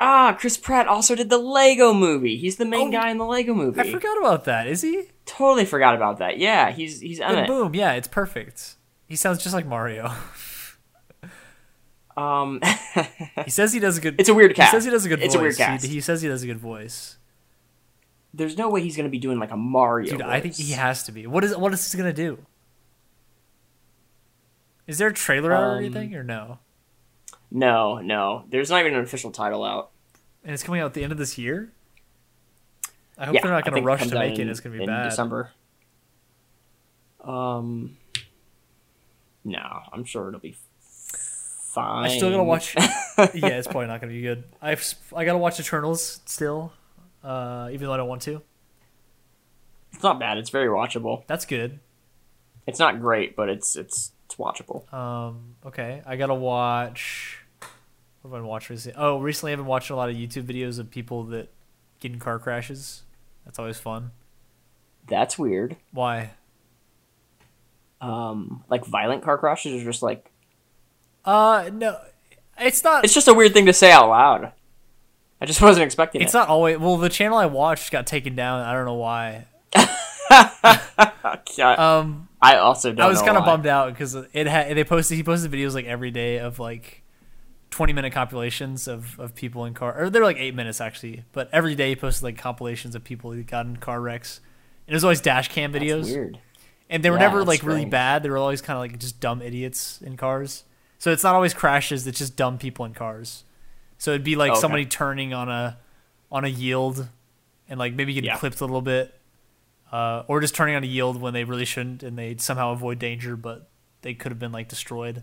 Speaker 2: ah, Chris Pratt also did the Lego Movie. He's the main
Speaker 1: Oh,
Speaker 2: guy in the Lego Movie.
Speaker 1: I forgot about that. Is he?
Speaker 2: Totally forgot about that. Yeah, he's he's in
Speaker 1: Then
Speaker 2: it.
Speaker 1: boom. Yeah, it's perfect. He sounds just like Mario. *laughs*
Speaker 2: Um, *laughs*
Speaker 1: he says he does a good.
Speaker 2: it's a weird
Speaker 1: he
Speaker 2: cast.
Speaker 1: says he does a good
Speaker 2: It's
Speaker 1: voice.
Speaker 2: a weird
Speaker 1: He-
Speaker 2: cast.
Speaker 1: He, says he does a good voice.
Speaker 2: There's no way he's gonna be doing like a Mario.
Speaker 1: Dude, I think
Speaker 2: voice.
Speaker 1: he has to be. What is what is he gonna do? Is there a trailer out or
Speaker 2: Um,
Speaker 1: anything or no?
Speaker 2: No, no. There's not even an official title out.
Speaker 1: And it's coming out at the end of this year. I hope
Speaker 2: yeah,
Speaker 1: they're
Speaker 2: I
Speaker 1: not gonna
Speaker 2: think
Speaker 1: rush
Speaker 2: comes
Speaker 1: to
Speaker 2: out
Speaker 1: make it.
Speaker 2: in-
Speaker 1: It's gonna be
Speaker 2: in
Speaker 1: bad.
Speaker 2: December. Um, no, I'm sure it'll be fine.
Speaker 1: I still gotta
Speaker 2: *laughs*
Speaker 1: watch. yeah, it's probably not gonna be good. I've s- I gotta watch Eternals still, uh, even though I don't want to.
Speaker 2: It's not bad. It's very watchable.
Speaker 1: That's good.
Speaker 2: It's not great, but it's it's it's watchable.
Speaker 1: Um, okay, I gotta watch. What have I been watching recently? Oh, recently I've been watching a lot of YouTube videos of people that get in car crashes. That's always fun.
Speaker 2: That's weird.
Speaker 1: Why?
Speaker 2: Um, like violent car crashes are just like
Speaker 1: Uh, no, it's not.
Speaker 2: it's just a weird thing to say out loud. I just *laughs* wasn't expecting
Speaker 1: It's
Speaker 2: it.
Speaker 1: not always. Well, the channel I watched got taken down. I don't know why.
Speaker 2: Yeah,
Speaker 1: Um,
Speaker 2: I also don't.
Speaker 1: I was
Speaker 2: kind of
Speaker 1: bummed out because it had they posted he posted videos like every day of like twenty minute compilations of of people in car or they're like eight minutes actually, but every day he posted like compilations of people who got in car wrecks. And it was always dash cam
Speaker 2: That's
Speaker 1: videos.
Speaker 2: weird.
Speaker 1: and they were
Speaker 2: Yeah,
Speaker 1: never
Speaker 2: that's
Speaker 1: like really
Speaker 2: strange.
Speaker 1: bad. They were always kind of like just dumb idiots in cars. So it's not always crashes. It's just dumb people in cars. So it'd be like
Speaker 2: Oh, Okay.
Speaker 1: somebody turning on a on a yield, and like maybe getting
Speaker 2: Yeah.
Speaker 1: clipped a little bit, uh, or just turning on a yield when they really shouldn't, and they somehow avoid danger, but they could have been like destroyed.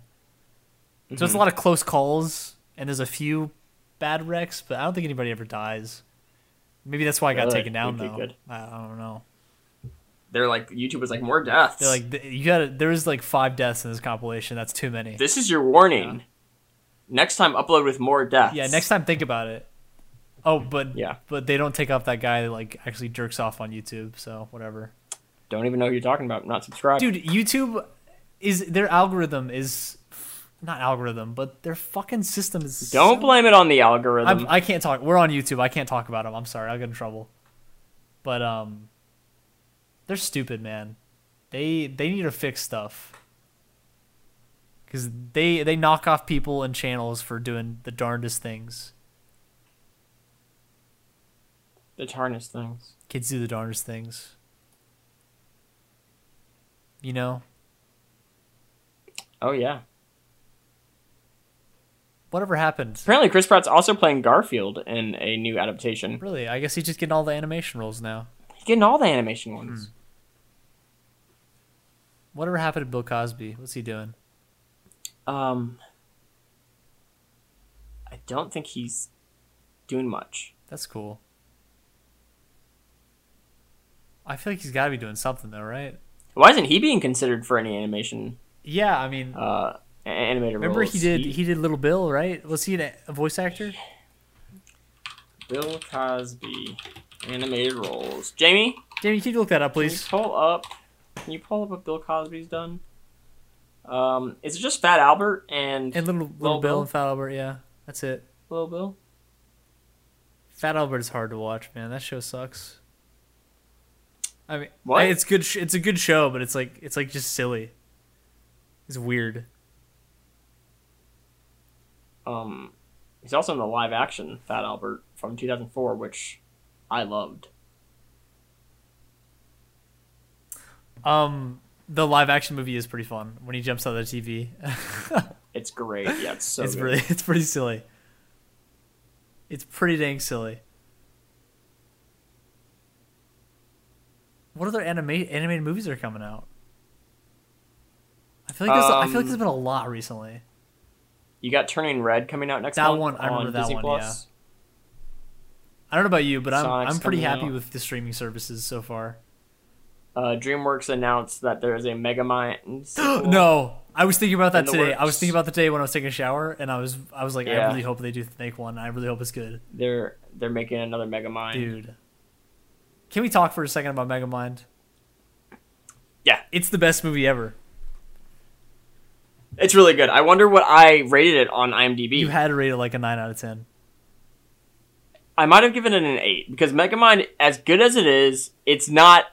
Speaker 1: So
Speaker 2: Mm-hmm.
Speaker 1: it's a lot of close calls, and there's a few bad wrecks, but I don't think anybody ever dies. Maybe that's why I got
Speaker 2: Really?
Speaker 1: taken down
Speaker 2: Would
Speaker 1: though.
Speaker 2: be good.
Speaker 1: I, I don't know.
Speaker 2: They're like YouTube was like more deaths.
Speaker 1: They're like, th- you got there was like five deaths in this compilation. That's too many.
Speaker 2: This is your warning. Next time, upload with more deaths.
Speaker 1: Yeah, next time think about it. Oh, but
Speaker 2: Yeah.
Speaker 1: but they don't take off that guy that like actually jerks off on YouTube. So whatever,
Speaker 2: Don't even know who you're talking about. Not subscribed.
Speaker 1: dude. YouTube is their algorithm is not algorithm, but their fucking system is.
Speaker 2: Don't
Speaker 1: so-
Speaker 2: blame it on the algorithm.
Speaker 1: I'm, I can't talk. We're on YouTube. I can't talk about them. I'm sorry. I'll get in trouble. But um, they're stupid, man. They they need to fix stuff. Cause they they knock off people and channels for doing the darndest things.
Speaker 2: the tarnish things.
Speaker 1: Kids do the darndest things. You know,
Speaker 2: Oh yeah.
Speaker 1: whatever happened.
Speaker 2: Apparently, Chris Pratt's also playing Garfield in a new adaptation.
Speaker 1: Really, I guess he's just getting all the animation roles now.
Speaker 2: He's getting all the animation ones.
Speaker 1: Whatever happened to Bill Cosby? What's he doing? Hmm.
Speaker 2: Um, I don't think he's doing much.
Speaker 1: That's cool. I feel like he's got to be doing something though, right?
Speaker 2: Why isn't he being considered for any animation?
Speaker 1: Yeah, I mean,
Speaker 2: Uh, a- animator.
Speaker 1: remember
Speaker 2: roles?
Speaker 1: he did he did Little Bill, right? Was he an, a voice actor?
Speaker 2: Bill Cosby animated roles. Jamie,
Speaker 1: Jamie, can you look that up, please?
Speaker 2: Can you pull up. Can you pull up what Bill Cosby's done? Um, is it just Fat Albert and,
Speaker 1: And little little
Speaker 2: Little
Speaker 1: Bill,
Speaker 2: Bill?
Speaker 1: and Fat Albert, yeah, that's it.
Speaker 2: Little Bill?
Speaker 1: Fat Albert is hard to watch, man. That show sucks. I mean,
Speaker 2: What?
Speaker 1: it's good. Sh- it's a good show, but it's like it's like just silly. It's weird.
Speaker 2: Um, he's also in the live action Fat Albert from 2004, which I loved.
Speaker 1: Um, the live action movie is pretty fun when he jumps out of the TV. *laughs*
Speaker 2: It's great. Yeah, it's so
Speaker 1: it's
Speaker 2: good.
Speaker 1: really it's pretty *laughs* silly. It's pretty dang silly. What other anime animated movies are coming out? I feel like there's, I feel like
Speaker 2: Um,
Speaker 1: there's been a lot recently.
Speaker 2: You got Turning Red coming out next
Speaker 1: That
Speaker 2: month
Speaker 1: one, I remember
Speaker 2: on
Speaker 1: that
Speaker 2: Disney
Speaker 1: one,
Speaker 2: Plus.
Speaker 1: I don't know about you, but I'm
Speaker 2: Sonic's
Speaker 1: I'm pretty
Speaker 2: coming
Speaker 1: happy
Speaker 2: out.
Speaker 1: with the streaming services so far.
Speaker 2: Uh, DreamWorks announced that there is
Speaker 1: *gasps*
Speaker 2: a Megamind sequel.
Speaker 1: no, I was thinking about that
Speaker 2: In the
Speaker 1: today. I was
Speaker 2: works.
Speaker 1: thinking about the day when I was taking a shower, and I was I was like, I
Speaker 2: Yeah.
Speaker 1: really hope they do make one. I really hope it's good,
Speaker 2: They're they're making another Megamind.
Speaker 1: dude. Can we talk for a second about Megamind?
Speaker 2: Yeah.
Speaker 1: it's the best movie ever.
Speaker 2: It's really good. I wonder what I rated it on IMDb.
Speaker 1: You had to rate it like a nine out of ten.
Speaker 2: I might have given it an eight because Megamind, as good as it is, it's not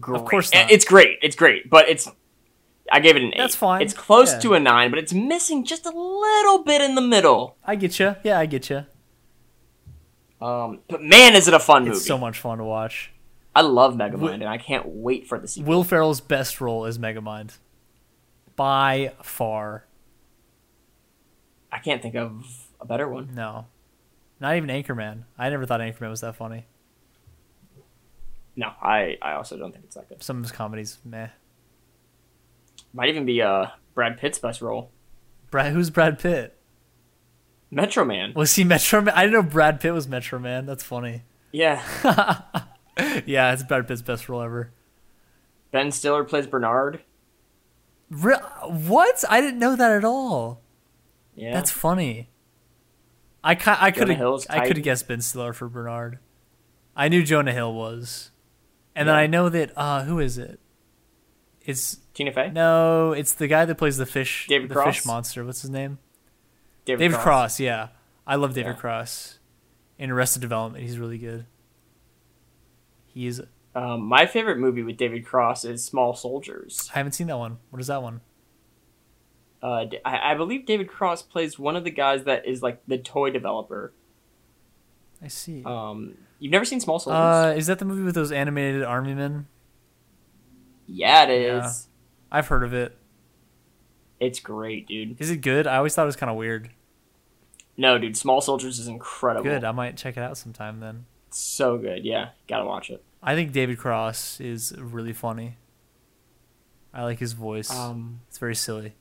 Speaker 2: great. Eh,
Speaker 1: course not.
Speaker 2: It's great. It's great, but it's. I gave it an eight.
Speaker 1: That's fine.
Speaker 2: It's close
Speaker 1: Yeah.
Speaker 2: to a nine, but it's missing just a little bit in the middle.
Speaker 1: I get you. Yeah, I get you.
Speaker 2: Um, but man, is it a fun movie!
Speaker 1: It's so much fun to watch.
Speaker 2: I love Megamind, and I can't wait for the sequel.
Speaker 1: Will Ferrell's best role is Megamind, by far.
Speaker 2: I can't think of a better one.
Speaker 1: No, not even Anchorman. I never thought Anchorman was that funny.
Speaker 2: No, I, I also don't think it's that good.
Speaker 1: Some of his comedies, meh.
Speaker 2: Might even be uh Brad Pitt's best role,
Speaker 1: Brad, who's Brad Pitt?
Speaker 2: Metro Man.
Speaker 1: Was he Metro Man? I didn't know Brad Pitt was Metro Man. That's funny. *laughs*
Speaker 2: Yeah,
Speaker 1: Yeah, it's Brad Pitt's best role ever.
Speaker 2: Ben Stiller plays Bernard.
Speaker 1: Re- what? I didn't know that at all.
Speaker 2: Yeah,
Speaker 1: That's funny. I ca- I could
Speaker 2: Hill's
Speaker 1: I could
Speaker 2: Titan.
Speaker 1: have guessed Ben Stiller for Bernard. I knew Jonah Hill was, and then I know that uh, who is it? It's
Speaker 2: Tina Fey.
Speaker 1: no, it's the guy that plays the fish,
Speaker 2: David
Speaker 1: the
Speaker 2: Cross?
Speaker 1: fish monster. What's his name? David Cross. yeah, I love David
Speaker 2: Yeah.
Speaker 1: Cross. In Arrested Development, he's really good. He is.
Speaker 2: Um, my favorite movie with David Cross is Small Soldiers.
Speaker 1: I haven't seen that one. What is that one?
Speaker 2: Uh, D- I, I believe David Cross plays one of the guys that is like the toy developer.
Speaker 1: I see.
Speaker 2: Um, you've never seen Small Soldiers?
Speaker 1: Uh, is that the movie with those animated army men?
Speaker 2: yeah, it is.
Speaker 1: I've heard of it.
Speaker 2: It's great, dude.
Speaker 1: Is it good? I always thought it was kind of weird.
Speaker 2: No, dude, Small Soldiers is incredible.
Speaker 1: Good. I might check it out sometime then.
Speaker 2: So good. Yeah, gotta watch it.
Speaker 1: I think David Cross is really funny. I like his voice.
Speaker 2: Um,
Speaker 1: it's very silly.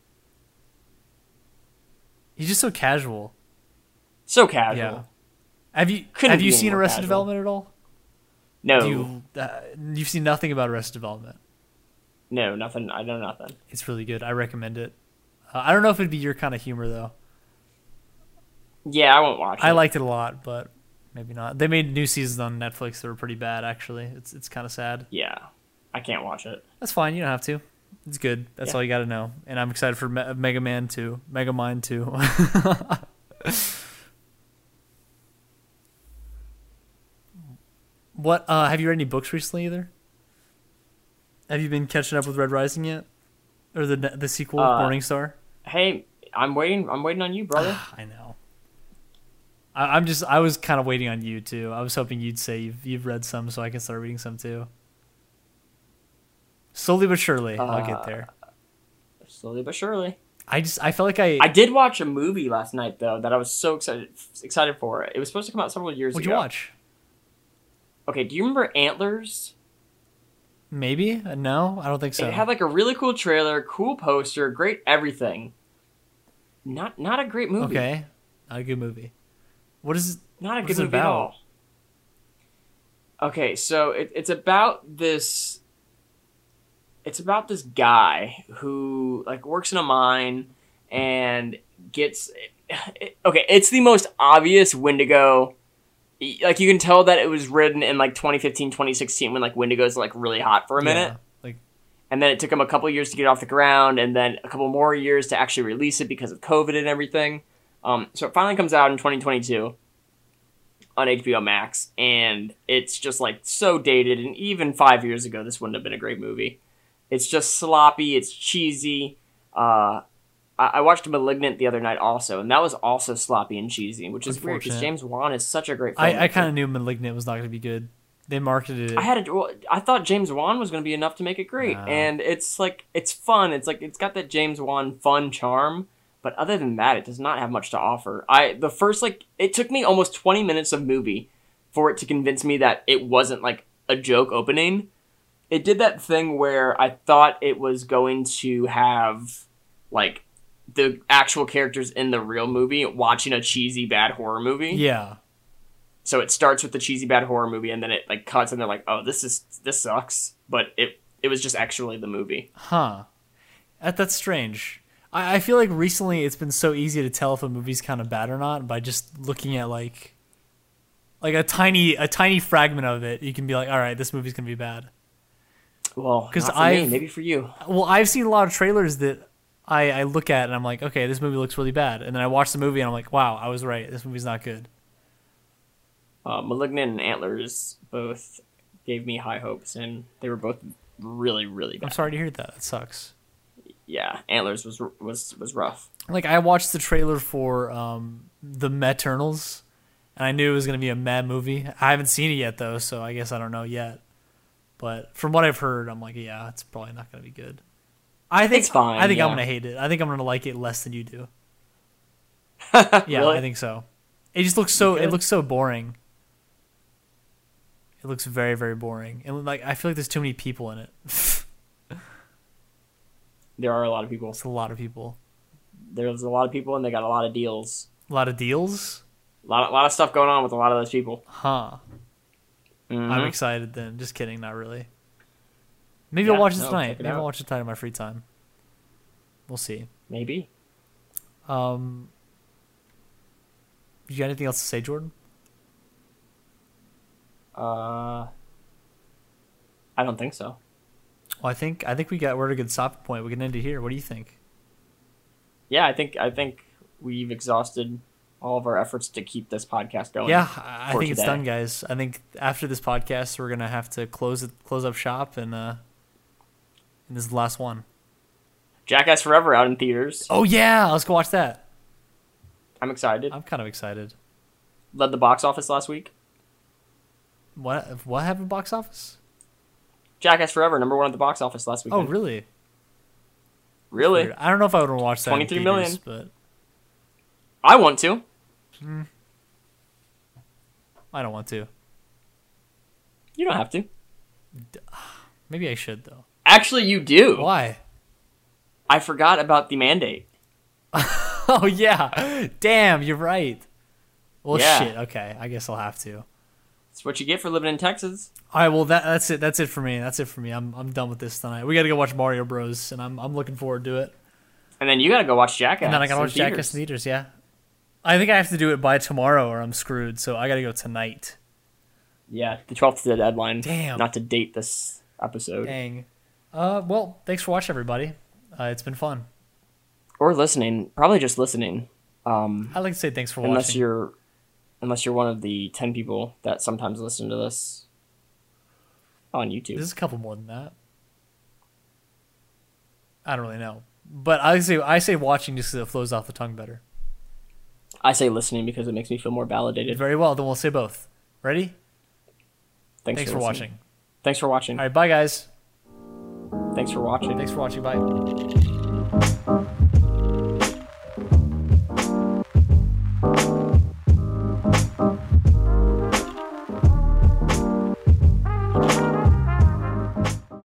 Speaker 1: He's just so casual.
Speaker 2: so casual.
Speaker 1: Yeah. Have you
Speaker 2: Couldn't
Speaker 1: have
Speaker 2: be
Speaker 1: you
Speaker 2: any
Speaker 1: seen
Speaker 2: more
Speaker 1: Arrested
Speaker 2: casual.
Speaker 1: Development at all?
Speaker 2: No,
Speaker 1: Do you uh, you've seen nothing about Arrested Development.
Speaker 2: no, nothing. I know nothing.
Speaker 1: It's really good. I recommend it. Uh, I don't know if it'd be your kind of humor though.
Speaker 2: Yeah, I won't watch.
Speaker 1: I
Speaker 2: it.
Speaker 1: liked it a lot, but maybe not. They made new seasons on Netflix that were pretty bad actually. It's it's kind of sad.
Speaker 2: Yeah, I can't watch it.
Speaker 1: That's fine. You don't have to. It's good. That's
Speaker 2: Yeah.
Speaker 1: all you got to know. And I'm excited for Me- Mega Man 2, Mega Mind 2. *laughs* what uh have you read any books recently either? Have you been catching up with Red Rising yet? Or the the sequel
Speaker 2: Uh,
Speaker 1: Morning Morningstar? *sighs*
Speaker 2: Hey, I'm waiting. I'm waiting on you, brother.
Speaker 1: I know. I, I'm just I was kind of waiting on you too. I was hoping you'd say you've you've read some so I can start reading some too. Slowly but surely, I'll get
Speaker 2: Uh,
Speaker 1: there.
Speaker 2: Slowly but surely.
Speaker 1: I just I felt like I.
Speaker 2: I did watch a movie last night though that I was so excited excited for. It was supposed to come out several years
Speaker 1: what'd
Speaker 2: ago.
Speaker 1: you watch?
Speaker 2: Okay, do you remember Antlers?
Speaker 1: Maybe Uh, no, I don't think so.
Speaker 2: It had like a really cool trailer, cool poster, great everything. Not not a great movie.
Speaker 1: okay, not a good movie. What is?
Speaker 2: Not a
Speaker 1: What
Speaker 2: good
Speaker 1: is it
Speaker 2: movie at all. Okay, so it, it's about this. It's about this guy who like works in a mine *sighs* and gets. okay, it's the most obvious Wendigo y- like you can tell that it was written in like 2015 2016 when like wendigos like really hot for a minute
Speaker 1: Yeah, like
Speaker 2: and then it took them a couple years to get off the ground and then a couple more years to actually release it because of covid and everything um, so it finally comes out in 2022 on hbo max and it's just like so dated and even five years ago this wouldn't have been a great movie it's just sloppy it's cheesy uh, I-, I watched malignant the other night also and that was also sloppy and cheesy which is weird because
Speaker 1: Unfortunate.
Speaker 2: james wan is such a great filmmaker.
Speaker 1: I, I kind of knew Malignant was not going to be good. They marketed it.
Speaker 2: I had a, well, I thought James Wan was going to be enough to make it great,
Speaker 1: No.
Speaker 2: and it's like it's fun. It's like it's got that James Wan fun charm, but other than that, it does not have much to offer. I the first like it took me almost twenty minutes of movie for it to convince me that it wasn't like a joke opening. It did that thing where I thought it was going to have like the actual characters in the real movie watching a cheesy bad horror movie
Speaker 1: yeah,
Speaker 2: so it starts with the cheesy bad horror movie and then it like cuts and they're like oh this is this sucks but it it was just actually the movie
Speaker 1: huh? That, that's strange. I, I feel like recently it's been so easy to tell if a movie's kind of bad or not by just looking at like, like a tiny a tiny fragment of it. You can be like, all right, this movie's gonna be bad.
Speaker 2: well
Speaker 1: 'Cause
Speaker 2: because i
Speaker 1: I've-
Speaker 2: maybe for you
Speaker 1: Well, I've seen a lot of trailers that I, I look at and I'm like, okay, this movie looks really bad, and then I watch the movie and I'm like, wow, I was right. This movie's not good.
Speaker 2: uh, malignant and antlers both gave me high hopes and they were both really really
Speaker 1: I'm
Speaker 2: bad
Speaker 1: sorry to hear that. That sucks.
Speaker 2: yeah antlers was r- was was rough
Speaker 1: like I watched the trailer for um, the Meternals, and I knew it was gonna be a mad movie. I haven't seen it yet though, so I guess I don't know yet. But from what I've heard, I'm like, yeah, it's probably not gonna be good. I think
Speaker 2: It's fine,
Speaker 1: I think I'm
Speaker 2: yeah.
Speaker 1: gonna hate it. I think I'm gonna like it less than you
Speaker 2: *laughs*
Speaker 1: do. Yeah,
Speaker 2: Really?
Speaker 1: I think so. It just looks so. It
Speaker 2: could.
Speaker 1: looks so boring. It looks very very boring, and like I feel like there's too many people in it.
Speaker 2: there are a lot of people
Speaker 1: It's a lot of people,
Speaker 2: there's a lot of people and they got a lot of deals
Speaker 1: a lot of deals,
Speaker 2: a lot, a lot of stuff going on with a lot of those people
Speaker 1: huh? I'm
Speaker 2: Mhm.
Speaker 1: excited then. Just kidding, not really. Maybe
Speaker 2: Yeah,
Speaker 1: I'll watch it
Speaker 2: no,
Speaker 1: tonight.
Speaker 2: check it
Speaker 1: Maybe
Speaker 2: out.
Speaker 1: I'll watch it tonight in my free time. We'll see.
Speaker 2: maybe
Speaker 1: Um, you got anything else to say, Jordan?
Speaker 2: uh i don't think so
Speaker 1: Well, I think I think we got we're at a good stopping point. We can end it here. What do you think?
Speaker 2: yeah, I think I think we've exhausted all of our efforts to keep this podcast going.
Speaker 1: yeah, I I
Speaker 2: Oh, for
Speaker 1: think it's
Speaker 2: today.
Speaker 1: done, guys. I think after this podcast, we're gonna have to close it, close up shop, and uh, and this is the last one.
Speaker 2: Jackass Forever out in theaters.
Speaker 1: Oh yeah, let's go watch that.
Speaker 2: I'm excited.
Speaker 1: I'm kind of excited.
Speaker 2: Led the box office last week.
Speaker 1: What what happened box office?
Speaker 2: Jackass Forever number one at the box office last week.
Speaker 1: Oh really?
Speaker 2: really?
Speaker 1: Weird. I don't know if I would want to watch that. in
Speaker 2: 23 million.
Speaker 1: theaters, but.
Speaker 2: I want to.
Speaker 1: I don't want to.
Speaker 2: You don't have to.
Speaker 1: Maybe I should though.
Speaker 2: Actually, you do.
Speaker 1: Why? *laughs*
Speaker 2: I forgot about the mandate.
Speaker 1: Oh yeah. Damn, you're right. Well,
Speaker 2: Yeah.
Speaker 1: shit. Okay, I guess I'll have to.
Speaker 2: It's what you get for living in Texas.
Speaker 1: All right. Well, that, that's it. That's it for me. That's it for me. I'm I'm done with this tonight. We got to go watch Mario Bros. and I'm I'm looking forward to it.
Speaker 2: And then you gotta go watch Jackass.
Speaker 1: And then I
Speaker 2: in
Speaker 1: gotta watch Jackass
Speaker 2: theaters.
Speaker 1: and Eaters. Yeah. I think I have to do it by tomorrow or I'm screwed. So I gotta go tonight.
Speaker 2: Yeah, the twelfth is the deadline.
Speaker 1: Damn.
Speaker 2: Not to date this episode
Speaker 1: Dang. Uh. Well, thanks for watching, everybody. Uh, it's been fun.
Speaker 2: or listening. Probably just listening. Um,
Speaker 1: I like to say thanks for
Speaker 2: unless
Speaker 1: watching.
Speaker 2: you're unless you're one of the 10 people that sometimes listen to this on YouTube.
Speaker 1: There's a couple more than that. I don't really know, but I say I say watching just because it flows off the tongue better.
Speaker 2: I say listening because it makes me feel more validated.
Speaker 1: Very well. Then we'll say both. Ready?
Speaker 2: Thanks,
Speaker 1: Thanks for
Speaker 2: listening.
Speaker 1: watching.
Speaker 2: Thanks for watching.
Speaker 1: All right. Bye, guys.
Speaker 2: Thanks for watching.
Speaker 1: Thanks for watching. Bye.